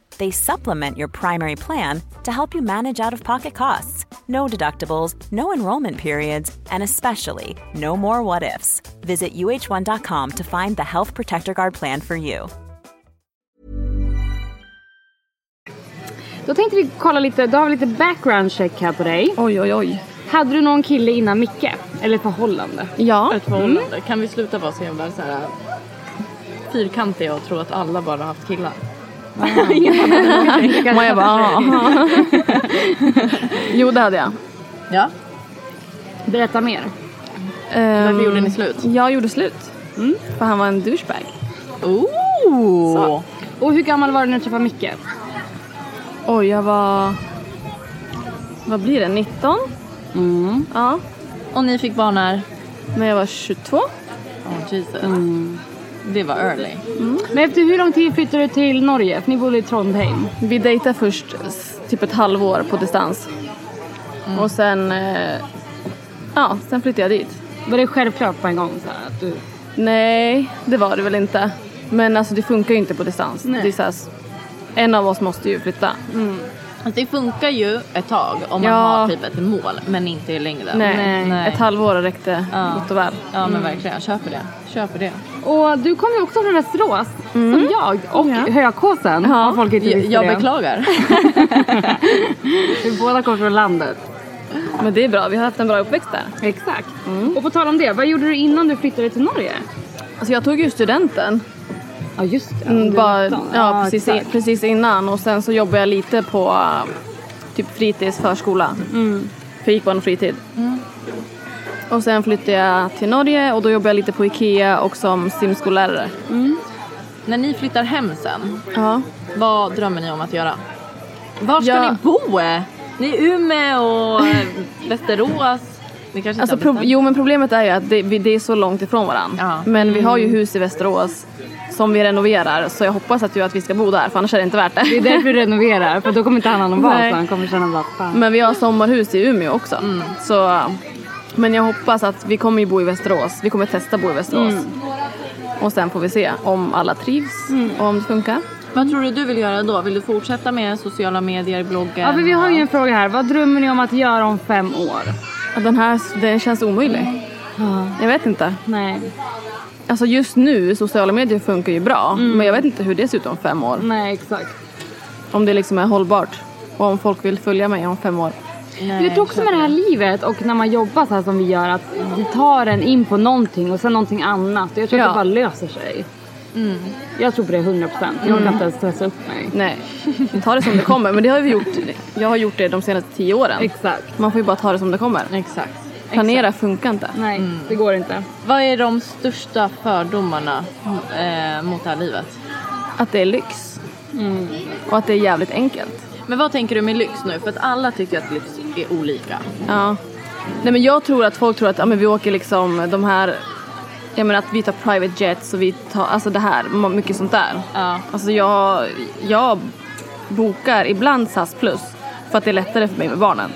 Speaker 2: They supplement your primary plan to help you manage out of pocket costs. No deductibles, no enrollment periods, and especially no more what ifs. Visit uh1.com to find the Health Protector Guard plan for you.
Speaker 9: Då tänkte vi kolla lite, då har vi lite background check här på dig.
Speaker 8: Oj oj oj.
Speaker 9: Hade du någon kille innan Micke? Eller förhållande?
Speaker 8: Ja. Mm.
Speaker 5: Ett förhållande. Kan vi sluta vara så jävla så
Speaker 9: äh,
Speaker 5: här fyrkantiga och tro att alla bara har haft killar?
Speaker 8: Maja bara "Ah." Jo det hade jag.
Speaker 5: Ja.
Speaker 9: Berätta mer.
Speaker 5: Varför gjorde ni slut?
Speaker 8: Jag gjorde slut.
Speaker 9: Mm.
Speaker 8: För han var en douchebag.
Speaker 5: Ooh.
Speaker 9: Och hur gammal var du när du träffade Micke?
Speaker 8: Oj jag var... Vad blir det? 19? Ja.
Speaker 5: Och ni fick barn när?
Speaker 8: När jag var 22.
Speaker 5: Oh, Jesus.
Speaker 4: Mm.
Speaker 5: Det var early.
Speaker 9: Men efter hur lång tid flyttade du till Norge? För ni bodde i Trondheim.
Speaker 8: Vi dejtade först s- typ ett halvår på distans.
Speaker 9: Mm.
Speaker 8: Och sen... eh, Ja, sen flyttade jag dit.
Speaker 9: Var det självklart på en gång? Så här, att du...
Speaker 8: Nej, det var det väl inte. Men alltså det funkar ju inte på distans. Det är så här, s- en av oss måste ju flytta.
Speaker 5: Alltså, det funkar ju ett tag om man
Speaker 8: Ja.
Speaker 5: har typ ett mål men inte i längden.
Speaker 8: Nej.
Speaker 5: Nej.
Speaker 8: Ett halvår räckte
Speaker 5: Ja.
Speaker 8: gott och väl.
Speaker 5: Ja
Speaker 4: Mm.
Speaker 5: men verkligen, jag köper det. Köper det.
Speaker 9: Och du kom ju också från Västerås. Som jag. Och Hökåsen.
Speaker 8: Mm. Ja.
Speaker 9: Om folk inte
Speaker 5: Jag,
Speaker 9: visste
Speaker 5: jag
Speaker 9: det.
Speaker 5: beklagar.
Speaker 9: Vi båda kom från landet.
Speaker 8: Men det är bra, vi har haft en bra uppväxt där. Mm.
Speaker 9: Exakt. Och på tal om det, vad gjorde du innan du flyttade till Norge?
Speaker 8: Alltså jag tog ju studenten.
Speaker 9: Ja just det.
Speaker 8: Mm,
Speaker 9: Du var
Speaker 8: bara,
Speaker 9: nitton.
Speaker 8: ja, precis, i,
Speaker 9: exakt.
Speaker 8: precis innan och sen så jobbade jag lite på äh, typ fritids, förskola.
Speaker 9: Mm.
Speaker 8: För jag gick på en fritid. Och sen flyttade jag till Norge och då jobbade jag lite på Ikea och som simskollärare.
Speaker 5: När ni flyttar hem sen,
Speaker 8: Ja.
Speaker 5: vad drömmer ni om att göra? Var ska
Speaker 8: Jag-
Speaker 5: ni bo? Ni är Umeå och eh, Västerås. Ni kanske inte
Speaker 8: Alltså,
Speaker 5: har
Speaker 8: pro-
Speaker 5: bestämt?
Speaker 8: jo men problemet är ju att det, vi, det är så långt ifrån varandra.
Speaker 5: Ja.
Speaker 8: Men vi har ju
Speaker 9: Mm.
Speaker 8: hus i Västerås som vi renoverar så jag hoppas att, ju att vi ska bo där för annars är det inte värt det.
Speaker 9: Det är därför du renoverar. För då kommer inte han ha någon val.
Speaker 8: Nej.
Speaker 9: så Han kommer känna bara fan. Mm.
Speaker 8: Men vi har sommarhus i Umeå också. Så, men jag hoppas att vi kommer ju bo i Västerås. Vi kommer testa bo i Västerås.
Speaker 9: Mm.
Speaker 8: Och sen får vi se om alla trivs
Speaker 9: Mm.
Speaker 8: och om det funkar.
Speaker 5: Vad tror du du vill göra då? Vill du fortsätta med sociala medier, bloggen?
Speaker 9: Ja, men vi har ju en fråga här. Vad drömmer ni om att göra om fem år?
Speaker 8: Och Den här den känns omöjlig.
Speaker 9: Mm.
Speaker 8: Jag vet inte.
Speaker 9: Nej,
Speaker 8: Alltså
Speaker 9: Mm.
Speaker 8: just nu, sociala medier funkar ju bra. Men jag vet inte hur det ser ut om fem år.
Speaker 9: nej exakt.
Speaker 8: Om det liksom är hållbart. Och om folk vill följa mig om fem år.
Speaker 9: jag tror också med det här livet och när man jobbar så här som vi gör att det tar en in på någonting och sen någonting annat. Jag tror
Speaker 8: Ja.
Speaker 9: att det bara löser sig. Jag tror på det 100 procent. Jag orkar
Speaker 8: Mm.
Speaker 9: inte ens stressa upp mig.
Speaker 8: Nej, ta det som det kommer. Men det har vi gjort. Jag har gjort det de senaste tio åren.
Speaker 9: Exakt.
Speaker 8: Man får ju bara ta det som det kommer.
Speaker 5: Exakt.
Speaker 8: Planera funkar inte.
Speaker 9: Nej, det går inte.
Speaker 5: Vad är de största fördomarna eh, mot det här livet?
Speaker 8: Att det är lyx. Och att det är jävligt enkelt.
Speaker 5: Men vad tänker du med lyx nu? För att alla tycker att lyx är olika.
Speaker 8: Ja. Nej men jag tror att folk tror att ja, men vi åker liksom de här jag menar att vi tar private jets och vi tar, alltså det här, m- mycket sånt där.
Speaker 5: Ja.
Speaker 8: Alltså jag, jag bokar ibland SAS plus för att det är lättare för mig med barnen.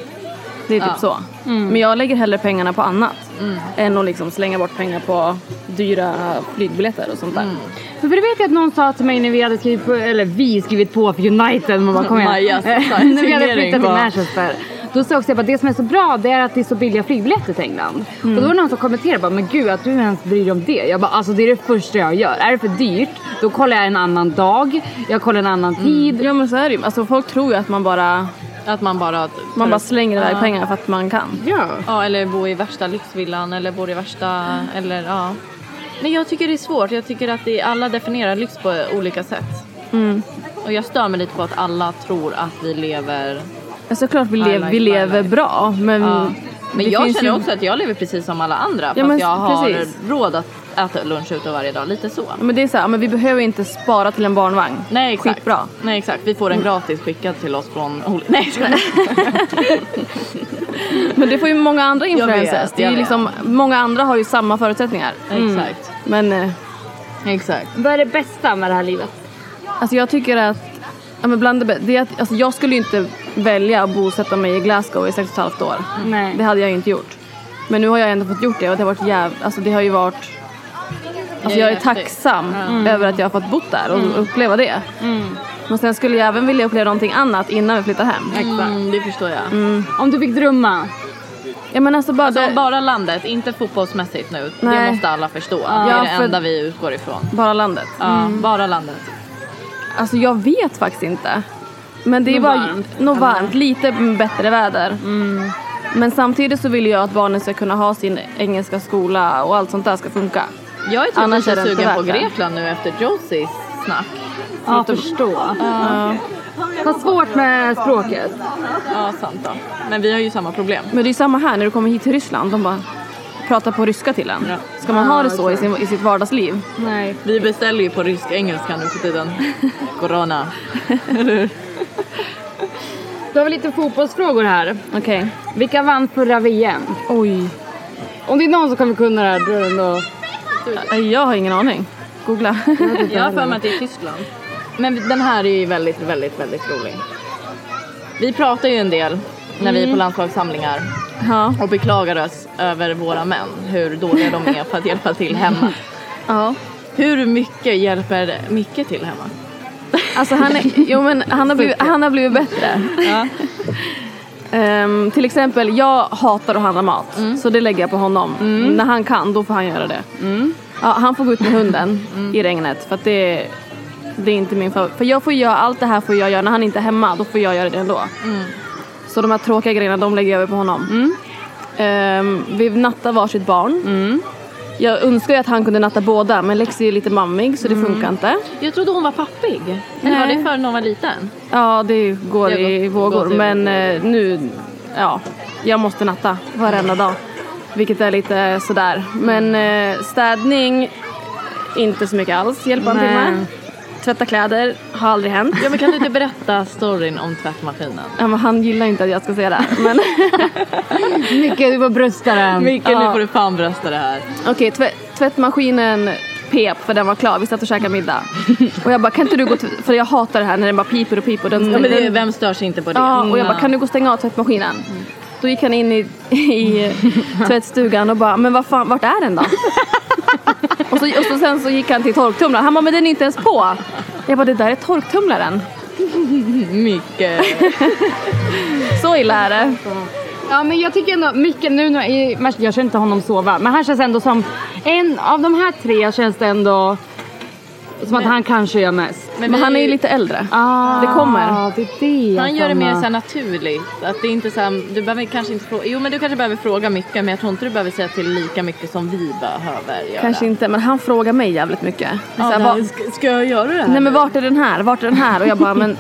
Speaker 8: Det är typ
Speaker 5: Ja.
Speaker 8: så.
Speaker 5: Mm.
Speaker 8: Men jag lägger hellre pengarna på annat
Speaker 5: Mm.
Speaker 8: än att liksom slänga bort pengar på dyra flygbiljetter och sånt där.
Speaker 5: Mm.
Speaker 9: Men för du vet ju att någon sa till mig när vi hade skrivit på, eller vi skrivit på för United, man bara kom igen.
Speaker 5: Majas
Speaker 9: när vi hade
Speaker 5: signering
Speaker 9: flyttat till
Speaker 5: på-
Speaker 9: Manchester. Då sa jag också jag bara, det som är så bra det är att det är så billiga flygbiljetter till England.
Speaker 8: Mm.
Speaker 9: Och då var det någon som kommenterade bara, men gud att du ens bryr dig om det. Jag bara, alltså det är det första jag gör. Är det för dyrt, då kollar jag en annan dag, jag kollar en annan
Speaker 8: Mm.
Speaker 9: tid.
Speaker 8: Ja men så är det ju. Alltså folk tror ju att man bara,
Speaker 5: Att man bara...
Speaker 8: man bara slänger iväg
Speaker 5: Ja.
Speaker 8: pengar för att man kan.
Speaker 9: Ja.
Speaker 5: Ja, eller bo i värsta lyxvillan eller bor i värsta... Eller ja. Men jag tycker det är svårt. Jag tycker att det, alla definierar lyx på olika sätt. Mm. Och jag stör mig lite på att alla tror att vi lever...
Speaker 8: Ja, Såklart vi,
Speaker 5: I
Speaker 8: lev,
Speaker 5: like
Speaker 8: vi
Speaker 5: my
Speaker 8: lever
Speaker 5: life.
Speaker 8: bra men
Speaker 5: Ja. Men
Speaker 8: det
Speaker 5: jag
Speaker 8: finns
Speaker 5: känner
Speaker 8: ju-
Speaker 5: också att jag lever precis som alla andra. fast
Speaker 8: men
Speaker 5: jag har
Speaker 8: precis.
Speaker 5: råd att äta lunch ute varje dag. Lite så.
Speaker 8: Men det är så här, men vi behöver inte spara till en barnvagn.
Speaker 5: Nej exakt.
Speaker 8: Skitbra.
Speaker 5: Nej exakt. Vi får den gratis skickad till oss från... Oli- Nej jag skojar.
Speaker 8: Men det får ju många andra influencers.
Speaker 5: vet,
Speaker 8: Det är ju
Speaker 5: jag
Speaker 8: liksom, många andra har ju samma förutsättningar.
Speaker 5: Exakt.
Speaker 8: Men eh,
Speaker 5: Exakt.
Speaker 9: Vad är det bästa med det här livet?
Speaker 8: alltså jag tycker att, ja, men bland det, bä- det är att alltså jag skulle ju inte välja att bosätta mig i Glasgow i sex och ett halvt år.
Speaker 5: Mm.
Speaker 9: Nej.
Speaker 8: Det hade jag ju inte gjort. Men nu har jag ändå fått gjort det och det har varit jäv... Alltså det har ju varit... Alltså jag är
Speaker 5: Häftigt.
Speaker 8: tacksam Mm. över att jag har fått bo där och
Speaker 5: Mm.
Speaker 8: uppleva det. Men sen skulle jag även vilja uppleva någonting annat innan vi flyttar hem.
Speaker 5: Mm, det förstår jag.
Speaker 9: Om du fick drömma,
Speaker 8: Ja men alltså bara,
Speaker 5: Alltså,
Speaker 8: det,
Speaker 5: bara landet, inte fotbollsmässigt nu. Det
Speaker 8: Nej.
Speaker 5: måste alla förstå. Det är
Speaker 8: Ja,
Speaker 5: det
Speaker 8: för-
Speaker 5: enda vi utgår ifrån.
Speaker 8: bara landet. Mm.
Speaker 5: Ja, bara landet.
Speaker 8: Alltså jag vet faktiskt inte. Men det är
Speaker 9: Något
Speaker 8: bara
Speaker 9: varmt, Mm.
Speaker 8: något varmt, lite bättre väder. Men samtidigt så vill jag att barnen ska kunna ha sin engelska skola och allt sånt där ska funka.
Speaker 5: Jag är typ
Speaker 8: Annars är det
Speaker 5: lite
Speaker 8: inte
Speaker 5: sugen på
Speaker 8: värt det.
Speaker 5: Grekland nu efter Josies snack.
Speaker 9: ja förstå. Vad svårt med språket.
Speaker 5: Ja, sant då. Men vi har ju samma problem.
Speaker 8: Men det är samma här när du kommer hit till Ryssland, de bara pratar på ryska till en.
Speaker 5: Ja.
Speaker 8: Ska man ha
Speaker 9: Ah,
Speaker 8: det så i, sin, i sitt vardagsliv?
Speaker 9: Nej.
Speaker 5: Vi beställer ju på rysk-engelska nu för tiden. Corona. Eller hur?
Speaker 9: Då har vi lite fotbollsfrågor här.
Speaker 8: Okej.
Speaker 9: Vilka vann förra VM?
Speaker 8: Oj.
Speaker 9: Om det är någon som kommer kunna det här då är det ändå...
Speaker 8: Äh, Jag har ingen aning. Googla.
Speaker 5: Jag har för mig att det är Tyskland. Men den här är ju väldigt, väldigt, väldigt rolig. Vi pratar ju en del när vi är på landslagssamlingar
Speaker 8: Mm. ja.
Speaker 5: och beklagar oss över våra män, hur dåliga de är på att hjälpa till hemma.
Speaker 8: ja.
Speaker 5: Hur mycket hjälper Micke till hemma?
Speaker 8: Alltså han, är, jo, men han, har blivit, han har blivit bättre. Ehm, till exempel, jag hatar att handla mat.
Speaker 9: Mm.
Speaker 8: Så det lägger jag på honom. När han kan, då får han göra det.
Speaker 9: Mm.
Speaker 8: Ja, han får gå ut med hunden i regnet. För att det, det är inte min favorit. För jag får göra allt det här får jag göra. När han inte är hemma, då får jag göra det ändå.
Speaker 9: Mm.
Speaker 8: Så de här tråkiga grejerna, de lägger jag över på honom. Ehm, vi nattar varsitt barn.
Speaker 9: Mm.
Speaker 8: Jag önskar ju att han kunde natta båda, men Lexi är lite mammig så det
Speaker 9: Mm.
Speaker 8: funkar inte.
Speaker 5: Jag trodde hon var pappig. Eller var det för när hon var liten?
Speaker 8: Ja, det går
Speaker 5: Det
Speaker 8: i
Speaker 5: går-
Speaker 8: vågor.
Speaker 5: går i
Speaker 8: men eh, nu, ja, jag måste natta varenda dag. Vilket är lite sådär. Men eh, städning, inte så mycket alls hjälper han till med. Tvätta kläder, har aldrig hänt.
Speaker 5: Ja men kan du inte berätta storyn om tvättmaskinen?
Speaker 8: Ja, men han gillar inte att jag ska säga det här. Men
Speaker 9: Micke, du får brösta den.
Speaker 5: Micke nu får du fan brösta det här.
Speaker 8: okej, tv- tvättmaskinen pep för den var klar. Vi satt och käkade middag. Och jag bara, kan inte du gå och tv- För jag hatar det här när den bara piper och piper. Och den,
Speaker 5: Mm. Ja, men det,
Speaker 8: den-
Speaker 5: vem stör sig inte på det?
Speaker 8: Ja, och jag bara,
Speaker 5: Mm.
Speaker 8: kan du gå och stänga av tvättmaskinen? Då gick han in i, i tvättstugan och bara, men vad fan, vart är den då? och, så, och så, sen så gick han till torktumlaren. Han bara, men den är inte ens på. Jag bara, det där är torktumlaren.
Speaker 5: Micke.
Speaker 8: Så illa är det.
Speaker 9: Ja men jag tycker ändå, Micke nu när i- men jag känner inte honom sova, men han känns ändå som en av de här tre känns det ändå
Speaker 4: Som att han kanske gör mest.
Speaker 5: Men Men vi- han är ju lite
Speaker 8: äldre.
Speaker 4: Ah,
Speaker 5: Det kommer.
Speaker 4: Det är det
Speaker 5: Han gör det
Speaker 4: som
Speaker 5: mer så
Speaker 4: har-
Speaker 5: här naturligt. Att det är inte så här, du behöver kanske inte fråga. Jo men du kanske behöver fråga mycket men jag tror inte du behöver säga till lika mycket som vi behöver göra.
Speaker 8: Kanske inte, men han frågar mig jävligt mycket. Så
Speaker 5: Ja,
Speaker 8: här,
Speaker 5: nej,
Speaker 8: "Vad-
Speaker 5: ska, ska jag göra det här?
Speaker 8: Nej men vart är den här? Vart är den här? Och jag bara men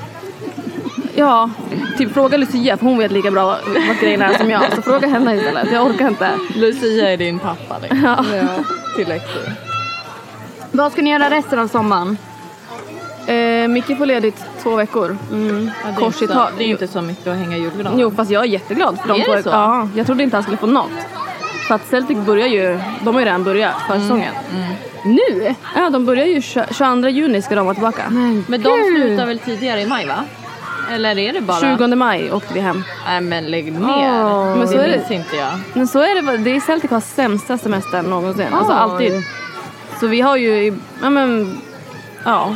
Speaker 8: Ja, typ fråga Lucia för hon vet lika bra vad grejen är som jag. Så fråga henne istället. Jag orkar inte.
Speaker 5: Lucia är din pappa liksom.
Speaker 8: Ja.
Speaker 5: Tillräckligt.
Speaker 4: Vad ska ni göra resten av sommaren?
Speaker 8: Eh, Micke får ledigt två veckor. Mm.
Speaker 5: Ja, det, är
Speaker 8: Kors i
Speaker 5: inte så,
Speaker 8: taket.
Speaker 5: det är inte så mycket att hänga i julgranen.
Speaker 8: Jo fast jag är jätteglad för de
Speaker 5: Är
Speaker 8: två
Speaker 5: det så?
Speaker 8: Ja, jag trodde inte han skulle få något. För att Celtic börjar ju, de har ju redan börjat försäsongen. Nu? Ja, de börjar ju tjo- 22 juni ska de vara tillbaka.
Speaker 5: Men de slutar väl tidigare i maj va? Eller är det bara?
Speaker 8: 20 maj åkte vi hem.
Speaker 5: Nej men lägg ner.
Speaker 8: Åh. Men så
Speaker 5: det
Speaker 8: är det.
Speaker 5: minns inte jag.
Speaker 8: Men så är det, det är Celtic har sämsta semestern någonsin. Alltså
Speaker 5: Oj.
Speaker 8: alltid. Så vi har ju, i- ja men, ja.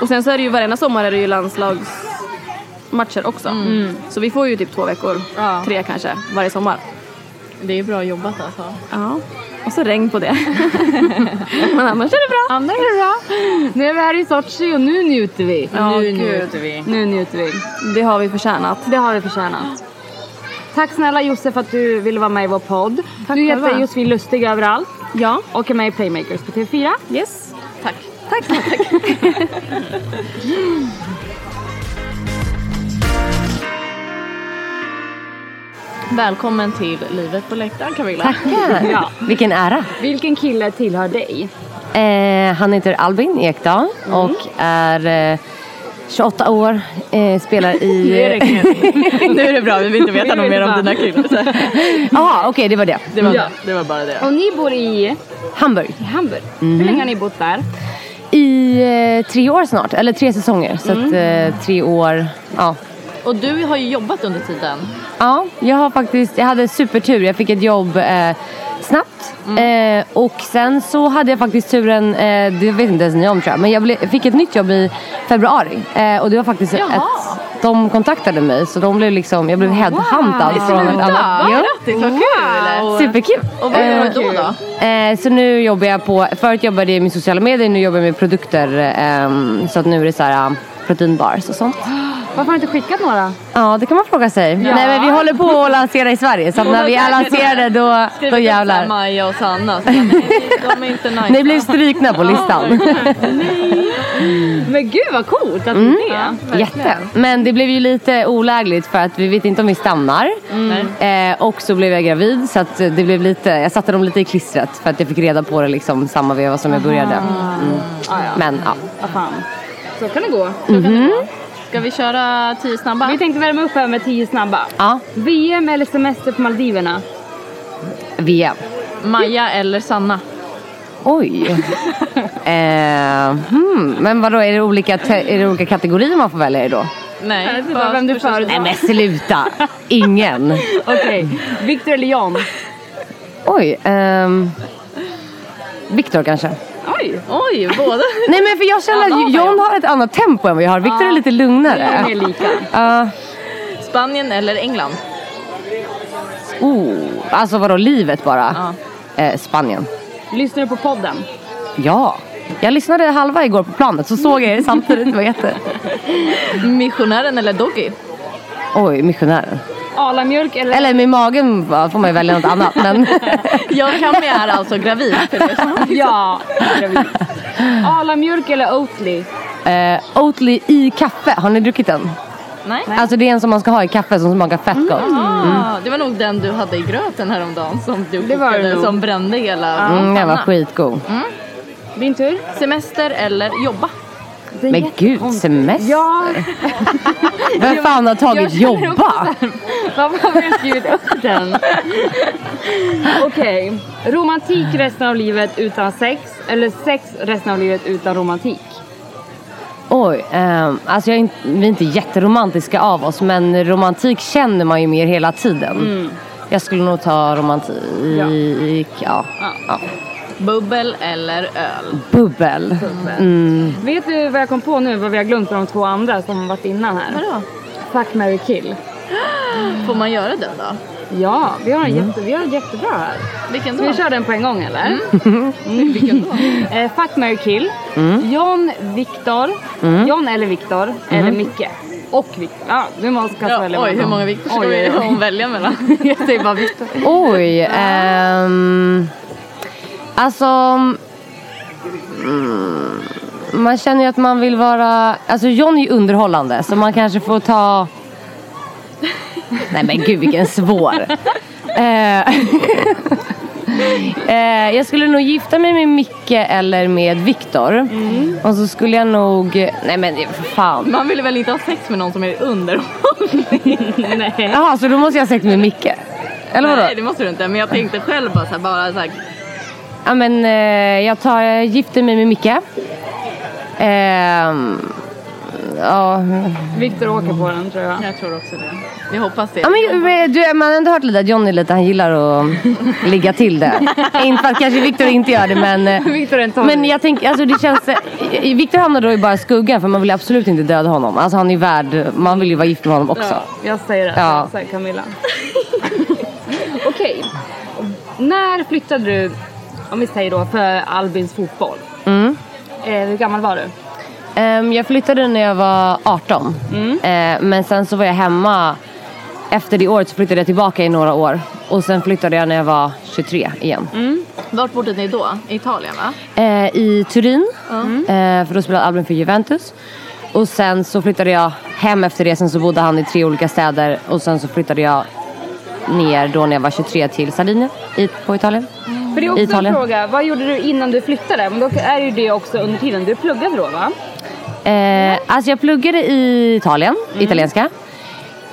Speaker 8: Och sen så är det ju varenda sommar är det ju landslagsmatcher också.
Speaker 5: Mm.
Speaker 8: Så vi får ju typ två veckor,
Speaker 5: Ja.
Speaker 8: tre kanske, varje sommar.
Speaker 5: Det är bra jobbat alltså.
Speaker 8: Ja. Och så regn på det. men annars är det bra.
Speaker 4: Annars är det bra. Nu är vi här i Sochi och nu njuter vi.
Speaker 8: Ja,
Speaker 5: nu
Speaker 8: gud.
Speaker 5: njuter vi.
Speaker 4: Nu njuter vi.
Speaker 8: Det har vi förtjänat.
Speaker 4: Det har vi förtjänat. Tack snälla Josef för att du ville vara med i vår podd.
Speaker 8: Tack
Speaker 4: du heter
Speaker 8: själva.
Speaker 4: Josefin Lustig överallt
Speaker 8: Ja.
Speaker 4: och är med i Playmakers på TV4.
Speaker 8: Yes.
Speaker 5: Tack.
Speaker 8: Tack.
Speaker 5: Välkommen till Livet på läktaren Camilla.
Speaker 10: Tackar!
Speaker 4: Ja.
Speaker 10: Vilken ära!
Speaker 4: Vilken kille tillhör dig?
Speaker 10: Eh, han heter Albin Ekdahl och är eh, 28 år, eh, spelar i...
Speaker 5: Nu är det kul. Nu är det bra, vi vill inte
Speaker 10: Nu
Speaker 5: veta något
Speaker 10: är det
Speaker 5: mer om
Speaker 10: bra.
Speaker 5: dina killar.
Speaker 10: Ja, Ah, okej det var det.
Speaker 5: Det var,
Speaker 10: Ja.
Speaker 5: det var bara det.
Speaker 4: Och ni bor i
Speaker 10: Hamburg.
Speaker 4: Hamburg.
Speaker 10: Mm.
Speaker 8: Mhm.
Speaker 4: Hur länge har ni bott där?
Speaker 10: I eh, tre år snart, eller tre säsonger. Så att, eh, tre år, ja.
Speaker 5: Mm. Och du har ju jobbat under tiden.
Speaker 10: Ja, jag har faktiskt, jag hade supertur. Jag fick ett jobb eh, snabbt.
Speaker 5: Mm.
Speaker 10: Eh, och sen så hade jag faktiskt turen, eh, det vet inte ens ni om tror jag, men jag ble, fick ett nytt jobb i februari. Eh, och det var faktiskt
Speaker 5: Jaha.
Speaker 10: ett, de kontaktade mig så de blev liksom, jag blev headhuntad
Speaker 5: Nej,
Speaker 10: från ett
Speaker 5: sluta.
Speaker 10: annat.
Speaker 5: Vad
Speaker 10: Jo.
Speaker 5: Grattis, vad kul!
Speaker 10: Superkul!
Speaker 5: Och vad gör du då då?
Speaker 10: Eh, så nu jobbar jag på, förut jobbade jag med sociala medier, nu jobbar jag med produkter. ehm, så att nu är det så här ah, proteinbars och sånt.
Speaker 4: Varför har ni inte skickat några?
Speaker 10: Ja, det kan man fråga sig.
Speaker 4: Ja.
Speaker 10: Nej men vi håller på att lansera i Sverige så att när vi är lanserade då, då
Speaker 5: upp såhär
Speaker 10: jävlar.
Speaker 5: Maja och Sanna. Så bara, nej, de är inte nice.
Speaker 10: Ni blev strykna på listan.
Speaker 4: Men gud vad coolt att
Speaker 10: Mm.
Speaker 4: ni är det.
Speaker 10: Jätte. Men det blev ju lite olägligt för att vi vet inte om vi stannar. Eh, och så blev jag gravid så att det blev lite, jag satte dem lite i klistret för att jag fick reda på det liksom samma veva som jag började. Mm.
Speaker 4: Ah, ja.
Speaker 10: Men ja.
Speaker 4: Vad fan. Så kan det gå.
Speaker 10: Mhm.
Speaker 5: Ska vi köra tio snabba?
Speaker 4: Vi tänkte värma upp här med tio snabba.
Speaker 10: Ja,
Speaker 4: VM eller semester på Maldiverna?
Speaker 10: VM.
Speaker 5: Maja eller Sanna?
Speaker 10: Oj. eh, hmm. Men vadå, är det, olika te- är det olika kategorier man får välja i då?
Speaker 5: Nej,
Speaker 4: vet inte vem du föredrar.
Speaker 10: Nej men sluta! Ingen.
Speaker 4: Okej. Victor eller John?
Speaker 10: Oj. ehm... Viktor kanske?
Speaker 4: Oj.
Speaker 5: Oj, båda.
Speaker 10: Nej men för jag känner att John har ett annat tempo än vad jag har. Viktor är lite lugnare.
Speaker 4: De är lika.
Speaker 10: Ja.
Speaker 5: Spanien eller England?
Speaker 10: oh. Alltså vadå, livet bara?
Speaker 5: Ja.
Speaker 10: Eh, Spanien.
Speaker 4: Lyssnar du på podden?
Speaker 10: Ja. Jag lyssnade halva igår på planet så såg jag er samtidigt. Det var jätte...
Speaker 5: Missionären eller Doggy?
Speaker 10: Oj, missionären.
Speaker 4: Alamjölk eller?
Speaker 10: Eller med magen va, får man ju välja något annat. Men...
Speaker 5: Jag kan mig är alltså gravid. för er som-
Speaker 4: Ja. gravid. Alamjölk eller Oatly?
Speaker 10: Eh, Oatly i kaffe, har ni druckit den?
Speaker 5: Nej.
Speaker 10: Alltså det är en som man ska ha i kaffe som smakar fett gott.
Speaker 5: Ah, det var nog den du hade i gröten häromdagen som du
Speaker 4: Det var det
Speaker 5: kokade
Speaker 4: nog.
Speaker 5: som brände hela
Speaker 10: Mm, den var
Speaker 5: pannan.
Speaker 10: skitgod.
Speaker 4: Din tur.
Speaker 5: Semester eller jobba?
Speaker 4: Det är
Speaker 10: Men
Speaker 4: jätte-
Speaker 10: gud, semester?
Speaker 4: Ja.
Speaker 10: Vem fan har
Speaker 4: jag
Speaker 10: tagit
Speaker 4: känner också
Speaker 10: jobba?
Speaker 4: Varför har vi skrivit upp den? Okej. Romantik resten av livet utan sex eller sex resten av livet utan romantik?
Speaker 10: Oj, ehm, alltså jag är inte, vi är inte jätteromantiska av oss men romantik känner man ju mer hela tiden.
Speaker 4: Mm.
Speaker 10: Jag skulle nog ta romantik, ja. ja.
Speaker 5: Bubbel eller öl?
Speaker 10: Bubbel. Mm.
Speaker 4: Vet du vad jag kom på nu? Vad vi har glömt av de två andra som har varit innan här?
Speaker 5: Vadå?
Speaker 4: Fuck, marry, kill.
Speaker 5: Får man göra det då?
Speaker 4: Ja, vi har, en
Speaker 10: Mm.
Speaker 4: jätte, vi har en jättebra här. Vilken
Speaker 5: då? Mm.
Speaker 4: Ska vi köra den på en gång eller?
Speaker 5: Vilken då?
Speaker 4: eh, fuck, marry, kill.
Speaker 10: Mm.
Speaker 4: John, Viktor.
Speaker 10: Mm.
Speaker 4: John eller Viktor. Eller Micke. Och Viktor. Ja, nu måste jag
Speaker 5: Ja,
Speaker 4: välja
Speaker 5: oj,
Speaker 4: mellan
Speaker 5: hur
Speaker 4: dem.
Speaker 5: många Viktor ska
Speaker 4: Oj,
Speaker 5: vi-
Speaker 4: oj, oj.
Speaker 5: hon välja mellan?
Speaker 4: jag säger bara Viktor.
Speaker 10: Oj. ehm, alltså. Mm, man känner ju att man vill vara... Alltså John är ju underhållande så man kanske får ta... Nej men gud vilken svår. Eh, eh, jag skulle nog gifta mig med Micke eller med Viktor. Och så skulle jag nog... Nej men för fan.
Speaker 5: Man vill väl inte ha sex med någon som är under? Nej.
Speaker 10: Jaha, så då måste jag ha sex med Micke? Eller vadå?
Speaker 5: Nej det måste du inte men jag tänkte själv bara såhär, bara såhär,
Speaker 10: Ja men eh, jag tar, jag gifter mig med Micke. Ehm, ja.
Speaker 4: Viktor åker på den tror jag.
Speaker 5: Jag tror också det. Jag hoppas det.
Speaker 10: Ja, men, men du, man har ändå hört lite att Johnny lite, han gillar att ligga till det. inte för att kanske Victor inte gör det men. eh,
Speaker 4: Viktor är en tolv.
Speaker 10: Men jag tänker, alltså det känns. eh, Victor hamnar då i bara skuggan för man vill absolut inte döda honom. Alltså han är värd, man vill ju vara gift med honom också.
Speaker 4: Ja, jag säger det.
Speaker 10: Ja.
Speaker 4: Ja. Säger Camilla. Okej. När flyttade du, om vi säger då, för Albins fotboll?
Speaker 10: Mm.
Speaker 4: Eh, hur gammal var du?
Speaker 10: Ehm, jag flyttade när jag var 18.
Speaker 4: Mm.
Speaker 10: Eh, men sen så var jag hemma. Efter det året så flyttade jag tillbaka i några år. Och sen flyttade jag när jag var 23 igen.
Speaker 5: Mm. Vart bodde ni då? I Italien va?
Speaker 10: Eh, I Turin.
Speaker 5: Mm.
Speaker 10: Eh, för då spelade Albin för Juventus. Och sen så flyttade jag hem efter det. Sen så bodde han i tre olika städer. Och sen så flyttade jag ner då när jag var 23 till Sardinien i, på Italien.
Speaker 4: För det är också
Speaker 10: Italien.
Speaker 4: en fråga, vad gjorde du innan du flyttade? Men då är ju det också under tiden du pluggade då
Speaker 10: Mm.
Speaker 4: va?
Speaker 10: Eh, alltså jag pluggade i Italien,
Speaker 5: Mm.
Speaker 10: italienska.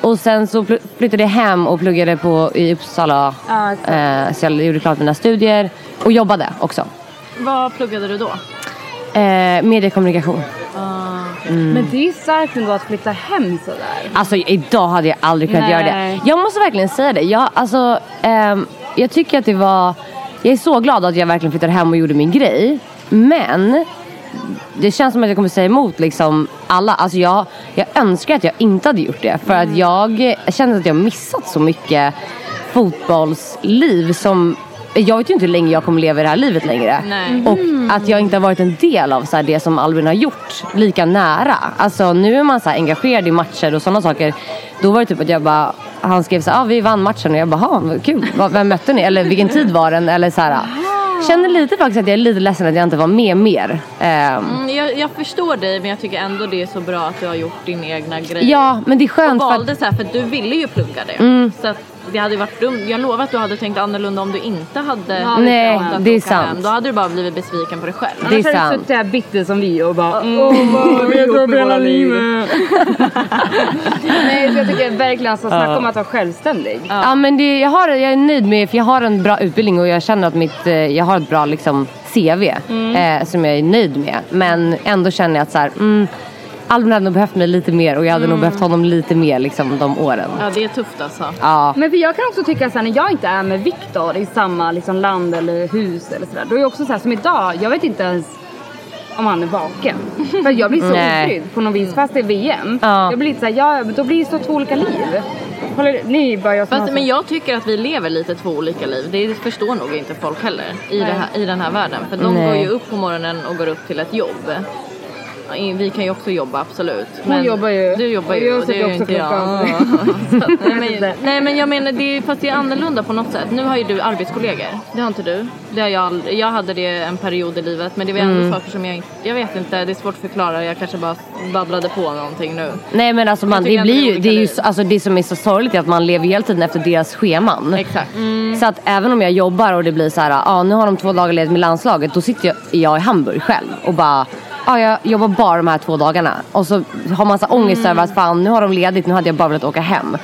Speaker 10: Och sen så pl- flyttade jag hem och pluggade på, i Uppsala.
Speaker 5: Ja, exakt.
Speaker 10: eh, så jag gjorde klart mina studier och jobbade också.
Speaker 5: Vad pluggade du då?
Speaker 10: Eh, mediekommunikation. Mm.
Speaker 4: Men det är ju starkt ändå att flytta hem sådär.
Speaker 10: Alltså idag hade jag aldrig kunnat
Speaker 4: Nej.
Speaker 10: göra det. Jag måste verkligen säga det. Jag, alltså, ehm, jag tycker att det var... Jag är så glad att jag verkligen flyttade hem och gjorde min grej. Men det känns som att jag kommer säga emot liksom alla. Alltså jag, jag önskar att jag inte hade gjort det. För att jag känner att jag missat så mycket fotbollsliv som... Jag vet ju inte hur länge jag kommer leva i det här livet längre.
Speaker 5: Nej.
Speaker 10: Och att jag inte har varit en del av så här, det som Albin har gjort lika nära. Alltså nu är man så här, engagerad i matcher och sådana saker. Då var det typ att jag bara, han skrev så här, ah, vi vann matchen och jag bara, "Ha, vad kul, Va- vem mötte ni? Eller vilken tid var den? Eller så här. Känner lite faktiskt att jag är lite ledsen att jag inte var med mer. Ehm,
Speaker 5: Mm, jag, jag förstår dig men jag tycker ändå det är så bra att du har gjort din egna grej.
Speaker 10: Ja, men det är skönt
Speaker 5: och
Speaker 10: för att-
Speaker 5: valde så här för att du ville ju plugga det.
Speaker 10: Mm.
Speaker 5: Så att det hade ju varit dumt. Jag lovar att du hade tänkt annorlunda om du inte hade
Speaker 10: Ja, Nej,
Speaker 5: valt att
Speaker 10: det är
Speaker 5: åka
Speaker 10: sant.
Speaker 5: Då hade du bara blivit besviken på dig själv.
Speaker 10: Det är Annars hade du sant.
Speaker 4: suttit här bitter som vi och bara
Speaker 5: Mm.
Speaker 4: Åh, vad har vi
Speaker 5: Jag
Speaker 4: gjort
Speaker 5: tror
Speaker 4: med
Speaker 5: hela
Speaker 4: våra liv?"
Speaker 5: livet.
Speaker 4: Nej, så jag tycker verkligen alltså, snacka
Speaker 10: Ja.
Speaker 4: om att vara självständig.
Speaker 10: Ja, men det, jag, har, jag är nöjd med, för jag har en bra utbildning och jag känner att mitt, eh, jag har ett bra liksom, CV
Speaker 4: Mm.
Speaker 10: eh, som jag är nöjd med. Men ändå känner jag att så här, mm, Albin hade nog behövt mig lite mer och jag hade nog
Speaker 4: Mm.
Speaker 10: behövt honom lite mer liksom, de åren.
Speaker 5: Ja, det är tufft alltså.
Speaker 10: Ja.
Speaker 4: Men för jag kan också tycka såhär när jag inte är med Viktor i samma liksom, land eller hus eller sådär. Då är jag också såhär som idag, jag vet inte ens om han är vaken. För jag blir så
Speaker 10: Nej.
Speaker 4: otrygg på något vis fast det är VM. Jag blir lite såhär, ja men då blir det så två olika liv. Håller, ni bara jag som har
Speaker 5: Fast,
Speaker 4: så-
Speaker 5: men jag tycker att vi lever lite två olika liv. Det förstår nog inte folk heller i, det
Speaker 4: Nej.
Speaker 5: här, i den här världen. För de
Speaker 10: Nej.
Speaker 5: går ju upp på morgonen och går upp till ett jobb. Ja, i- Vi kan ju också jobba absolut.
Speaker 4: Hon jobbar ju.
Speaker 5: Du jobbar
Speaker 4: Och
Speaker 5: ju
Speaker 4: jag
Speaker 5: och det
Speaker 4: sitter
Speaker 5: gör ju
Speaker 4: också
Speaker 5: inte jag.
Speaker 4: klockan.
Speaker 5: Så att, nej, men, nej men jag menar det är, fast det är annorlunda på något sätt. Nu har ju du arbetskollegor. Det har inte du. Det har jag, aldrig- jag hade det en period i livet men det var ändå
Speaker 10: Mm.
Speaker 5: saker som jag inte, jag vet inte, det är svårt att förklara. Jag kanske bara babblade på någonting nu.
Speaker 10: Nej men alltså man,
Speaker 5: Jag
Speaker 10: det,
Speaker 5: tycker ändå
Speaker 10: blir
Speaker 5: det är
Speaker 10: ju, det, är ju, så- alltså, det som är så sorgligt är att man lever ju hela tiden efter deras scheman. Mm.
Speaker 5: Exakt.
Speaker 10: Så att även om jag jobbar och det blir så här, ja ah, nu har de två dagar ledigt med landslaget, då sitter jag, är jag i Hamburg själv och bara, ja ah, jag jobbar bara de här två dagarna. Och så har man så här ångest över att fan nu har de ledigt, nu hade jag bara velat åka hem.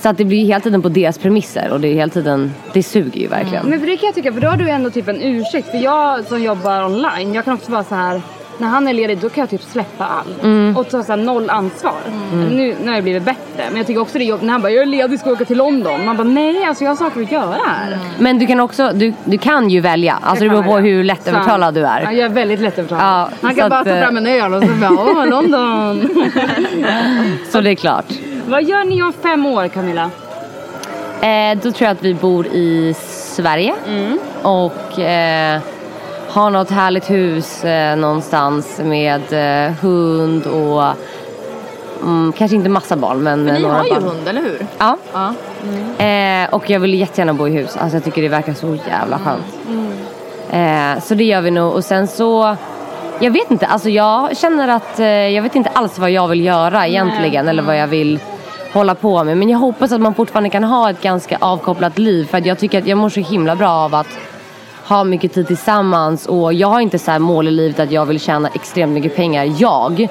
Speaker 10: Så att det blir ju hela tiden på deras premisser och det är hela tiden, det suger ju verkligen.
Speaker 4: Men för det kan jag tycka, för då har du ändå typ en ursäkt. För jag som jobbar online, jag kan också vara så här. När han är ledig då kan jag typ släppa allt
Speaker 10: Mm.
Speaker 4: och ta så här noll ansvar.
Speaker 10: Mm.
Speaker 4: Nu, nu har jag blivit bättre men jag tycker också det är jobbigt när han bara jag är ledig ska åka till London. Man bara nej alltså jag har saker att göra här.
Speaker 10: Men du kan också, du, du kan ju välja, alltså Mm. det
Speaker 4: Jag
Speaker 10: beror
Speaker 4: kan
Speaker 10: på
Speaker 4: välja.
Speaker 10: hur lättövertalad du är.
Speaker 4: Ja, jag är väldigt lättövertalad.
Speaker 10: Ja,
Speaker 4: han
Speaker 10: så
Speaker 4: kan bara
Speaker 10: att,
Speaker 4: ta
Speaker 10: eh,
Speaker 4: fram en öl och så bara åh London.
Speaker 10: Så det är klart.
Speaker 4: Vad gör ni om fem år Camilla?
Speaker 10: Eh, då tror jag att vi bor i Sverige.
Speaker 5: Mm.
Speaker 10: Och eh, har något härligt hus eh, någonstans med eh, hund och mm, kanske inte massa barn men, eh,
Speaker 5: Men ni
Speaker 10: några
Speaker 5: har ju
Speaker 10: barn.
Speaker 5: hund, eller hur?
Speaker 10: Ja.
Speaker 5: ja. Mm.
Speaker 10: Eh, och jag vill jättegärna bo i hus. Alltså jag tycker det verkar så jävla skönt. Eh, så det gör vi nog. Och sen så, jag vet inte. Alltså jag känner att eh, jag vet inte alls vad jag vill göra egentligen. Eller vad jag vill hålla på med. Men jag hoppas att man fortfarande kan ha ett ganska avkopplat liv. För att jag tycker att jag mår så himla bra av att ha mycket tid tillsammans. Och jag har inte så här mål i livet att jag vill tjäna extremt mycket pengar, jag.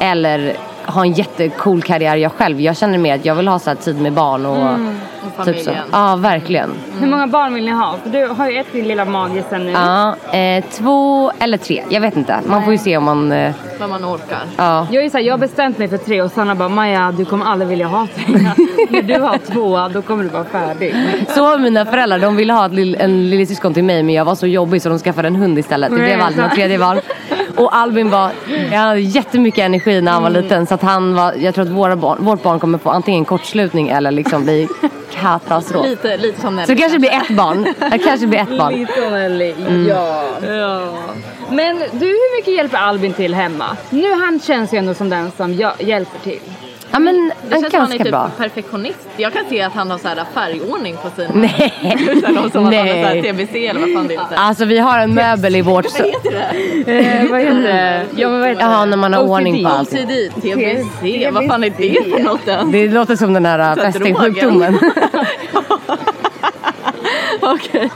Speaker 10: Eller ha en jättecool karriär jag själv. Jag känner mer att jag vill ha så här tid med barn och
Speaker 4: Mm.
Speaker 10: och typ så. Ja, verkligen.
Speaker 4: Hur många barn vill ni ha? För du har ju ett din lilla mage sen nu.
Speaker 10: Mm. Ja, eh, två eller tre. Jag vet inte. Man får ju se om man... Eh,
Speaker 4: Vad man orkar.
Speaker 10: ja.
Speaker 4: Jag är så här, jag har bestämt mig för tre och Sanna bara Maja du kommer aldrig vilja ha tre. När du har två då kommer du vara färdig.
Speaker 10: Så var mina föräldrar. De ville ha ett lill, en lillasyskon till mig men jag var så jobbig så de skaffade en hund istället. Det blev aldrig något tredje barn. Och Albin var, jag hade jättemycket energi när han
Speaker 5: Mm.
Speaker 10: var liten så att han var, jag tror att våra barn, vårt barn kommer få antingen kortslutning eller liksom bli katastrof.
Speaker 5: Lite, lite som
Speaker 10: Så det kanske blir ett barn. Det kanske blir ett barn.
Speaker 4: Lite Nelly,
Speaker 10: Mm.
Speaker 4: ja. ja. Men du hur mycket hjälper Albin till hemma? Nu han känns ju ändå som den som jag hjälper till.
Speaker 10: Ja men
Speaker 5: Det känns som han är typ perfektionist. Jag kan se att han har så här färgordning på sina...
Speaker 10: Nej.
Speaker 5: Utan som att han är så här
Speaker 10: Nej.
Speaker 5: TBC eller vad fan det heter.
Speaker 10: Alltså vi har en möbel i vårt...
Speaker 5: Vad heter det?
Speaker 4: Eh, vad heter det? Ja, men vad heter
Speaker 10: Jaha, när man har
Speaker 5: OCD.
Speaker 10: ordning på allting.
Speaker 5: OCD, TBC, vad fan är det för något ens?
Speaker 10: Det låter som den här eh,
Speaker 5: Så här,
Speaker 10: fästingsjukdomen.
Speaker 5: Okej.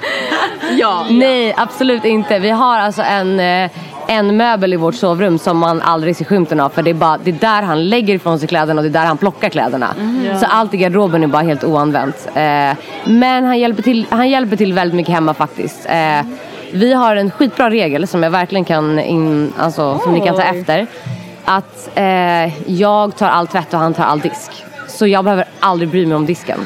Speaker 5: Ja.
Speaker 10: Nej, absolut inte. Vi har alltså en, eh, en möbel i vårt sovrum som man aldrig ser skymten av. För det är, bara, det är där han lägger ifrån sig kläderna och det är där han plockar kläderna.
Speaker 4: Mhm. Ja.
Speaker 10: Så allt i garderoben är bara helt oanvänt. Eh, men han hjälper, till, han hjälper till väldigt mycket hemma faktiskt. Eh, vi har en skitbra regel som jag verkligen kan, in, alltså, som ni kan ta
Speaker 4: Oj.
Speaker 10: efter. Att eh, jag tar all tvätt och han tar all disk. Så jag behöver aldrig bry mig om disken.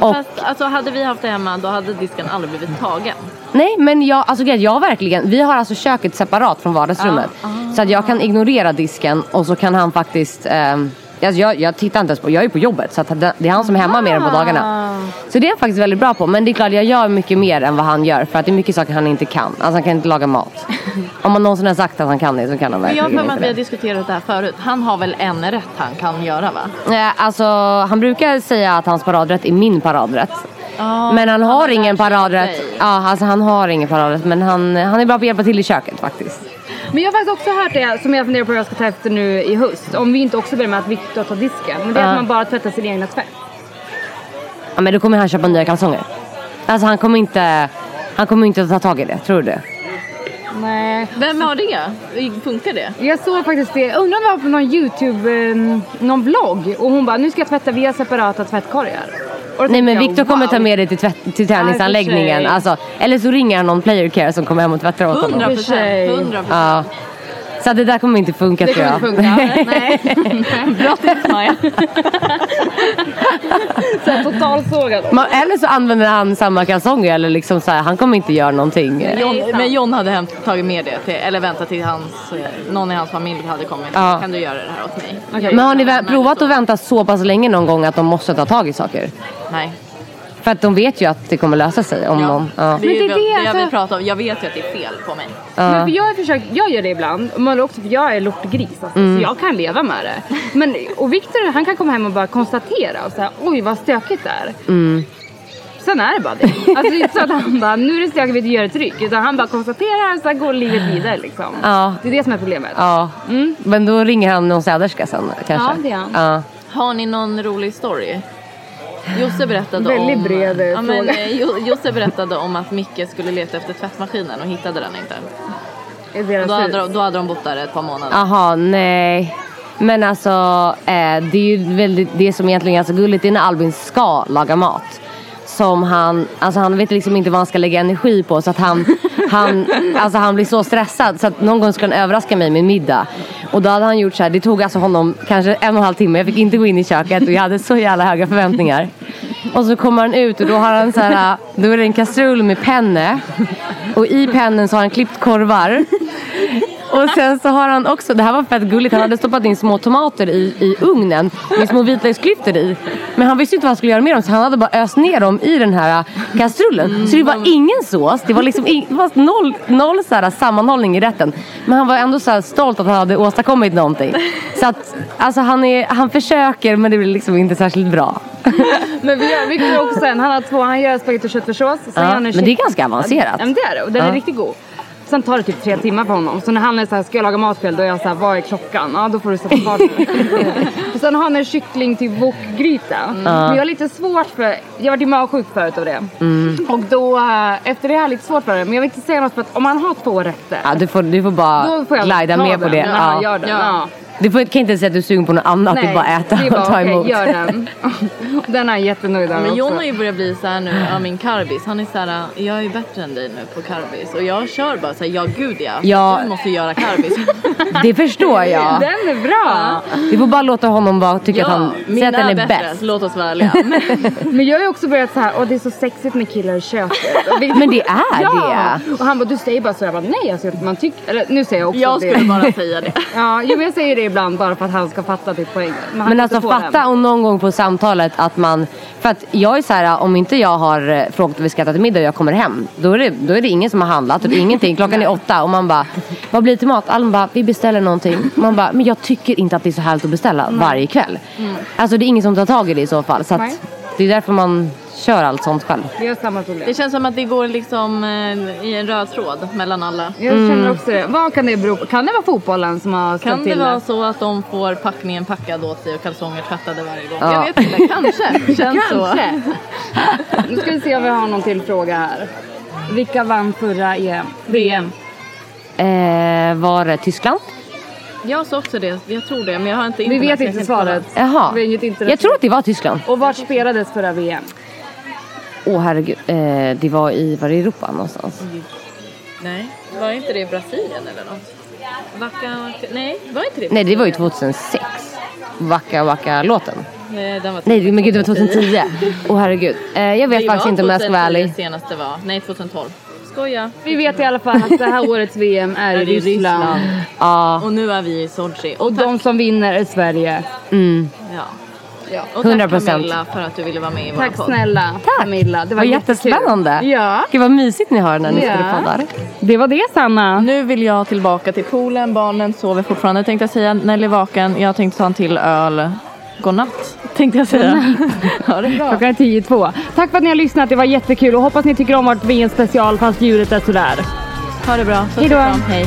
Speaker 10: Och
Speaker 5: Fast alltså, hade vi haft det hemma då hade disken aldrig blivit tagen.
Speaker 10: Nej men jag, alltså grejen, jag verkligen, vi har alltså köket separat från vardagsrummet.
Speaker 5: Ah,
Speaker 10: Så att jag kan ignorera disken och så kan han faktiskt, ehm, alltså jag, jag tittar inte ens på, jag är ju på jobbet så att det det är han som är hemma mer än på
Speaker 5: Ah.
Speaker 10: dagarna. Så det är jag faktiskt väldigt bra på men det är klart jag gör mycket mer än vad han gör för att det är mycket saker han inte kan. Alltså han kan inte laga mat. Om man någonsin har sagt att han kan det så kan han
Speaker 5: Men jag har
Speaker 10: verkligen inte
Speaker 5: för mig att vi har
Speaker 10: det.
Speaker 5: diskuterat det här förut. Han har väl en rätt han kan göra va?
Speaker 10: Eh, Alltså han brukar säga att hans paradrätt är min paradrätt.
Speaker 5: Ah,
Speaker 10: Men han har ingen paradrätt. Ja, alltså han har ingen paradrätt men han, han är bra på att hjälpa till i köket faktiskt.
Speaker 4: Men jag har faktiskt också hört det som jag funderar på hur jag ska ta efter nu i höst. Om vi inte också börjar med att Viktor tar disken. Men det är
Speaker 10: Ja.
Speaker 4: att man bara tvättar sin egna tvätt.
Speaker 10: Ja, men då kommer han köpa nya kalsonger. Alltså han kommer inte, han kommer inte att ta tag i det, tror du det?
Speaker 4: Nej.
Speaker 5: Vem har det? Funkar det?
Speaker 4: Jag såg faktiskt det, undrar om det var på någon youtube, eh, någon vlogg och hon bara nu ska jag tvätta via separata tvättkorgar. Och då
Speaker 10: Nej men
Speaker 4: tänkte jag,
Speaker 10: Victor kommer
Speaker 4: wow.
Speaker 10: ta med dig till, tvätt, till
Speaker 4: Ja, i och
Speaker 10: träningsanläggningen.
Speaker 4: för sig.
Speaker 10: Alltså, eller så ringer han någon player care som kommer hem och tvättar åt honom.
Speaker 5: 100%, 100%.
Speaker 10: Ja. Så att det där kommer inte funka
Speaker 5: Det
Speaker 10: tror jag.
Speaker 5: kommer inte funka,
Speaker 4: Bra tips Maja. Såhär totalsågad.
Speaker 10: Man, eller så använder han samma kalsonger eller liksom så här, han kommer inte göra någonting.
Speaker 5: John, men John hade hem, tagit med det till, eller väntat till hans, eh, någon i hans familj hade kommit.
Speaker 10: Ja.
Speaker 5: Kan du göra det här åt mig?
Speaker 10: Men har ni vä- provat att vänta så pass länge någon gång att de måste ta tag i saker?
Speaker 5: Nej.
Speaker 10: För att de vet ju att det kommer lösa sig om de... Ja.
Speaker 5: Det, är
Speaker 4: det är
Speaker 5: det,
Speaker 4: det,
Speaker 5: jag vill
Speaker 4: alltså.
Speaker 5: prata om. Jag vet ju att det är fel på mig.
Speaker 4: Men för jag, har försökt, jag gör det ibland, men också för jag är lortgris alltså,
Speaker 5: Mm.
Speaker 4: så jag kan leva med det. Men, och Viktor han kan komma hem och bara konstatera och säga oj vad stökigt det är.
Speaker 10: Mm.
Speaker 4: Sen är det bara det. Alltså det är inte så att han bara nu är det stökigt vi inte gör ett ryck utan han bara konstaterar och sen går livet vidare liksom.
Speaker 10: Ja.
Speaker 4: Det är det som är problemet.
Speaker 10: Ja, Mm. men då ringer han någon städerska sen kanske?
Speaker 4: Ja, det gör han.
Speaker 10: Ja.
Speaker 5: Har ni någon rolig story? Josse berättade
Speaker 4: Väldigt
Speaker 5: om...
Speaker 4: bred, eh,
Speaker 5: ja, men,
Speaker 4: fråga.
Speaker 5: eh, Jo- Josse berättade om att Micke skulle leta efter tvättmaskinen och hittade den inte.
Speaker 4: deras
Speaker 5: Då hade,
Speaker 4: hus.
Speaker 5: de, då hade de bott där ett par månader.
Speaker 10: Aha, nej. Men alltså, eh, det är ju väldigt, det som egentligen är ganska gulligt det är när Albin ska laga mat. Som han, alltså han vet liksom inte vad han ska lägga energi på så att han, han, alltså han blir så stressad så att någon gång skulle han överraska mig med middag. Och då hade han gjort så här, det tog alltså honom kanske en och en halv timme, jag fick inte gå in i köket och jag hade så jävla höga förväntningar. Och så kommer han ut och då har han så här, då är det en kastrull med penne. Och i pennen så har han klippt korvar. Och sen så har han också, det här var fett gulligt, han hade stoppat in små tomater i, i ugnen med små vitlöksklyftor i. Men han visste inte vad han skulle göra med dem så han hade bara öst ner dem i den här äh, kastrullen.
Speaker 4: Mm.
Speaker 10: så det var ingen sås, det var liksom in, det var noll, noll så här, sammanhållning i rätten. Men han var ändå så här stolt att han hade åstadkommit någonting. Så att alltså, han, är, han försöker men det blir liksom inte särskilt bra.
Speaker 4: Men vi gör, vi gör också sen, han har två, han gör spagetti och köttfärssås. sen
Speaker 10: Ja,
Speaker 4: gör han en
Speaker 10: men
Speaker 4: kyck-
Speaker 10: det är ganska avancerat.
Speaker 4: Ja, men det är det och den är
Speaker 10: Ja.
Speaker 4: riktigt god. Sen tar det typ tre timmar för honom. Så när han är såhär, ska jag laga mat ikväll? Då är jag såhär, vad är klockan? Ja, då får du sätta fart nu. Och Sen har han en kyckling till wokgryta.
Speaker 10: Mm.
Speaker 4: Men jag har lite svårt för, jag var ju magsjuk förut av det.
Speaker 10: Mm.
Speaker 4: Och då, eh, efter det har jag lite svårt för det. Men jag vill inte säga något för att om han har två rätter.
Speaker 10: Ja, du, får, du får bara
Speaker 4: Då får jag
Speaker 10: glida
Speaker 4: ta
Speaker 10: med på
Speaker 4: den.
Speaker 10: det.
Speaker 4: Ja, gör den, ja.
Speaker 10: Du får, kan inte säga att du är sugen på något annat, det är bara äta
Speaker 4: det är
Speaker 10: och ta
Speaker 4: okej,
Speaker 10: emot.
Speaker 4: gör den. den är jag jättenöjd över
Speaker 5: Men John
Speaker 4: också.
Speaker 5: har ju börjat bli så här nu av min karbis. Han är så här, jag är ju bättre än dig nu på karbis. Och jag kör bara så här, ja gud ja.
Speaker 10: Ja.
Speaker 5: Du måste göra karbis.
Speaker 10: Det förstår jag.
Speaker 4: Den är bra.
Speaker 10: Vi får bara låta honom vara, tycka
Speaker 5: Ja,
Speaker 10: att han, säga
Speaker 5: mina
Speaker 10: att den är
Speaker 5: är bättre.
Speaker 10: bäst.
Speaker 5: Låt oss vara ärliga.
Speaker 4: Men jag har ju också börjat så här, åh det är så sexigt med killar i köket. Och liksom
Speaker 10: Men det är
Speaker 4: ja. Och han bara, du säger bara så. Jag bara, nej alltså, man tycker, eller nu säger jag också
Speaker 5: Jag
Speaker 4: det.
Speaker 5: skulle bara säga det.
Speaker 4: Ja, jo, men jag säger det ibland bara för att han ska fatta typ poängen. han
Speaker 10: Men
Speaker 4: kan
Speaker 10: alltså
Speaker 4: inte få den.
Speaker 10: fatta om någon gång på samtalet att man, för att jag är så här, om inte jag har eh, frågat om vi ska äta till middag och jag kommer hem, då är det, då är det ingen som har handlat och det är ingenting. Klockan är åtta och man bara, vad blir det till mat? Alla bara, vi beställer någonting. Man bara, men jag tycker inte att det är så härligt att beställa varje kväll. Alltså det är ingen som tar tag i det i så fall. Så
Speaker 4: Nej.
Speaker 10: att, det är därför man kör allt sånt själv.
Speaker 4: Vi har samma problem.
Speaker 5: Det känns som att det går liksom eh, i en röd tråd mellan alla.
Speaker 4: Jag
Speaker 10: Mm.
Speaker 4: känner också det. Vad kan det bero på? Kan det vara fotbollen som har ställt
Speaker 5: Kan det
Speaker 4: till
Speaker 5: vara så att de får packningen packad åt sig och kalsonger tvättade varje gång?
Speaker 4: Ja.
Speaker 5: Jag vet inte, kanske. Känns
Speaker 4: Kanske.
Speaker 5: så.
Speaker 4: Nu ska vi se om vi har någon till fråga här. Vilka vann förra E EM? VM.
Speaker 10: Eh, var det Tyskland?
Speaker 5: Jag sa också det, jag tror det. Men jag har inte
Speaker 4: Vi
Speaker 5: internet,
Speaker 4: vet
Speaker 5: så jag
Speaker 4: inte
Speaker 5: kan
Speaker 4: svaret.
Speaker 5: kolla.
Speaker 10: Jaha.
Speaker 4: Vi har inget internet.
Speaker 10: Jag tror att det var Tyskland.
Speaker 4: Och vart spelades förra VM?
Speaker 10: Åh herregud, eh, det var i, var det Europa någonstans?
Speaker 5: Nej, var inte det i Brasilien eller något? Vacka, vacka. Nej, var inte det i
Speaker 10: Nej det var ju
Speaker 5: Brasilien?
Speaker 10: 2006. Wacka wacka låten.
Speaker 5: Nej, den var
Speaker 10: Nej men gud det var 2010. Åh herregud. Eh, jag vet
Speaker 5: Det
Speaker 10: faktiskt
Speaker 5: var
Speaker 10: inte om jag ska vara ärlig.
Speaker 5: 2010 senaste var. Nej, 2012. Skoja.
Speaker 4: Vi vet i alla fall att det här årets VM är i
Speaker 5: Det är i
Speaker 4: Ryssland.
Speaker 5: Ryssland.
Speaker 10: Ja.
Speaker 5: Och nu är vi i Sochi.
Speaker 4: Och de som vinner är Sverige.
Speaker 10: Mm.
Speaker 5: Ja.
Speaker 4: Ja.
Speaker 5: Och
Speaker 10: 100%.
Speaker 5: tack Camilla för att du ville vara med i vår
Speaker 4: Tack
Speaker 5: podd.
Speaker 4: snälla Camilla. Det
Speaker 10: Det
Speaker 4: var,
Speaker 10: var jättespännande.
Speaker 4: jättekul. Ja.
Speaker 10: Gud vad mysigt ni har när ni
Speaker 4: Ja.
Speaker 10: sitter och poddar.
Speaker 4: Det var det Sanna.
Speaker 5: Nu vill jag tillbaka till poolen. Barnen sover fortfarande tänkte jag säga. Nelly är vaken. Jag tänkte ta en till öl. Godnatt tänkte jag säga. ha det bra.
Speaker 4: Klockan är tio i två. Tack för att ni har lyssnat. Det var jättekul och hoppas ni tycker om vårt VM special fast djuret är sådär.
Speaker 5: Ha det bra.
Speaker 4: Hej då.
Speaker 5: Puss och kram. Hej.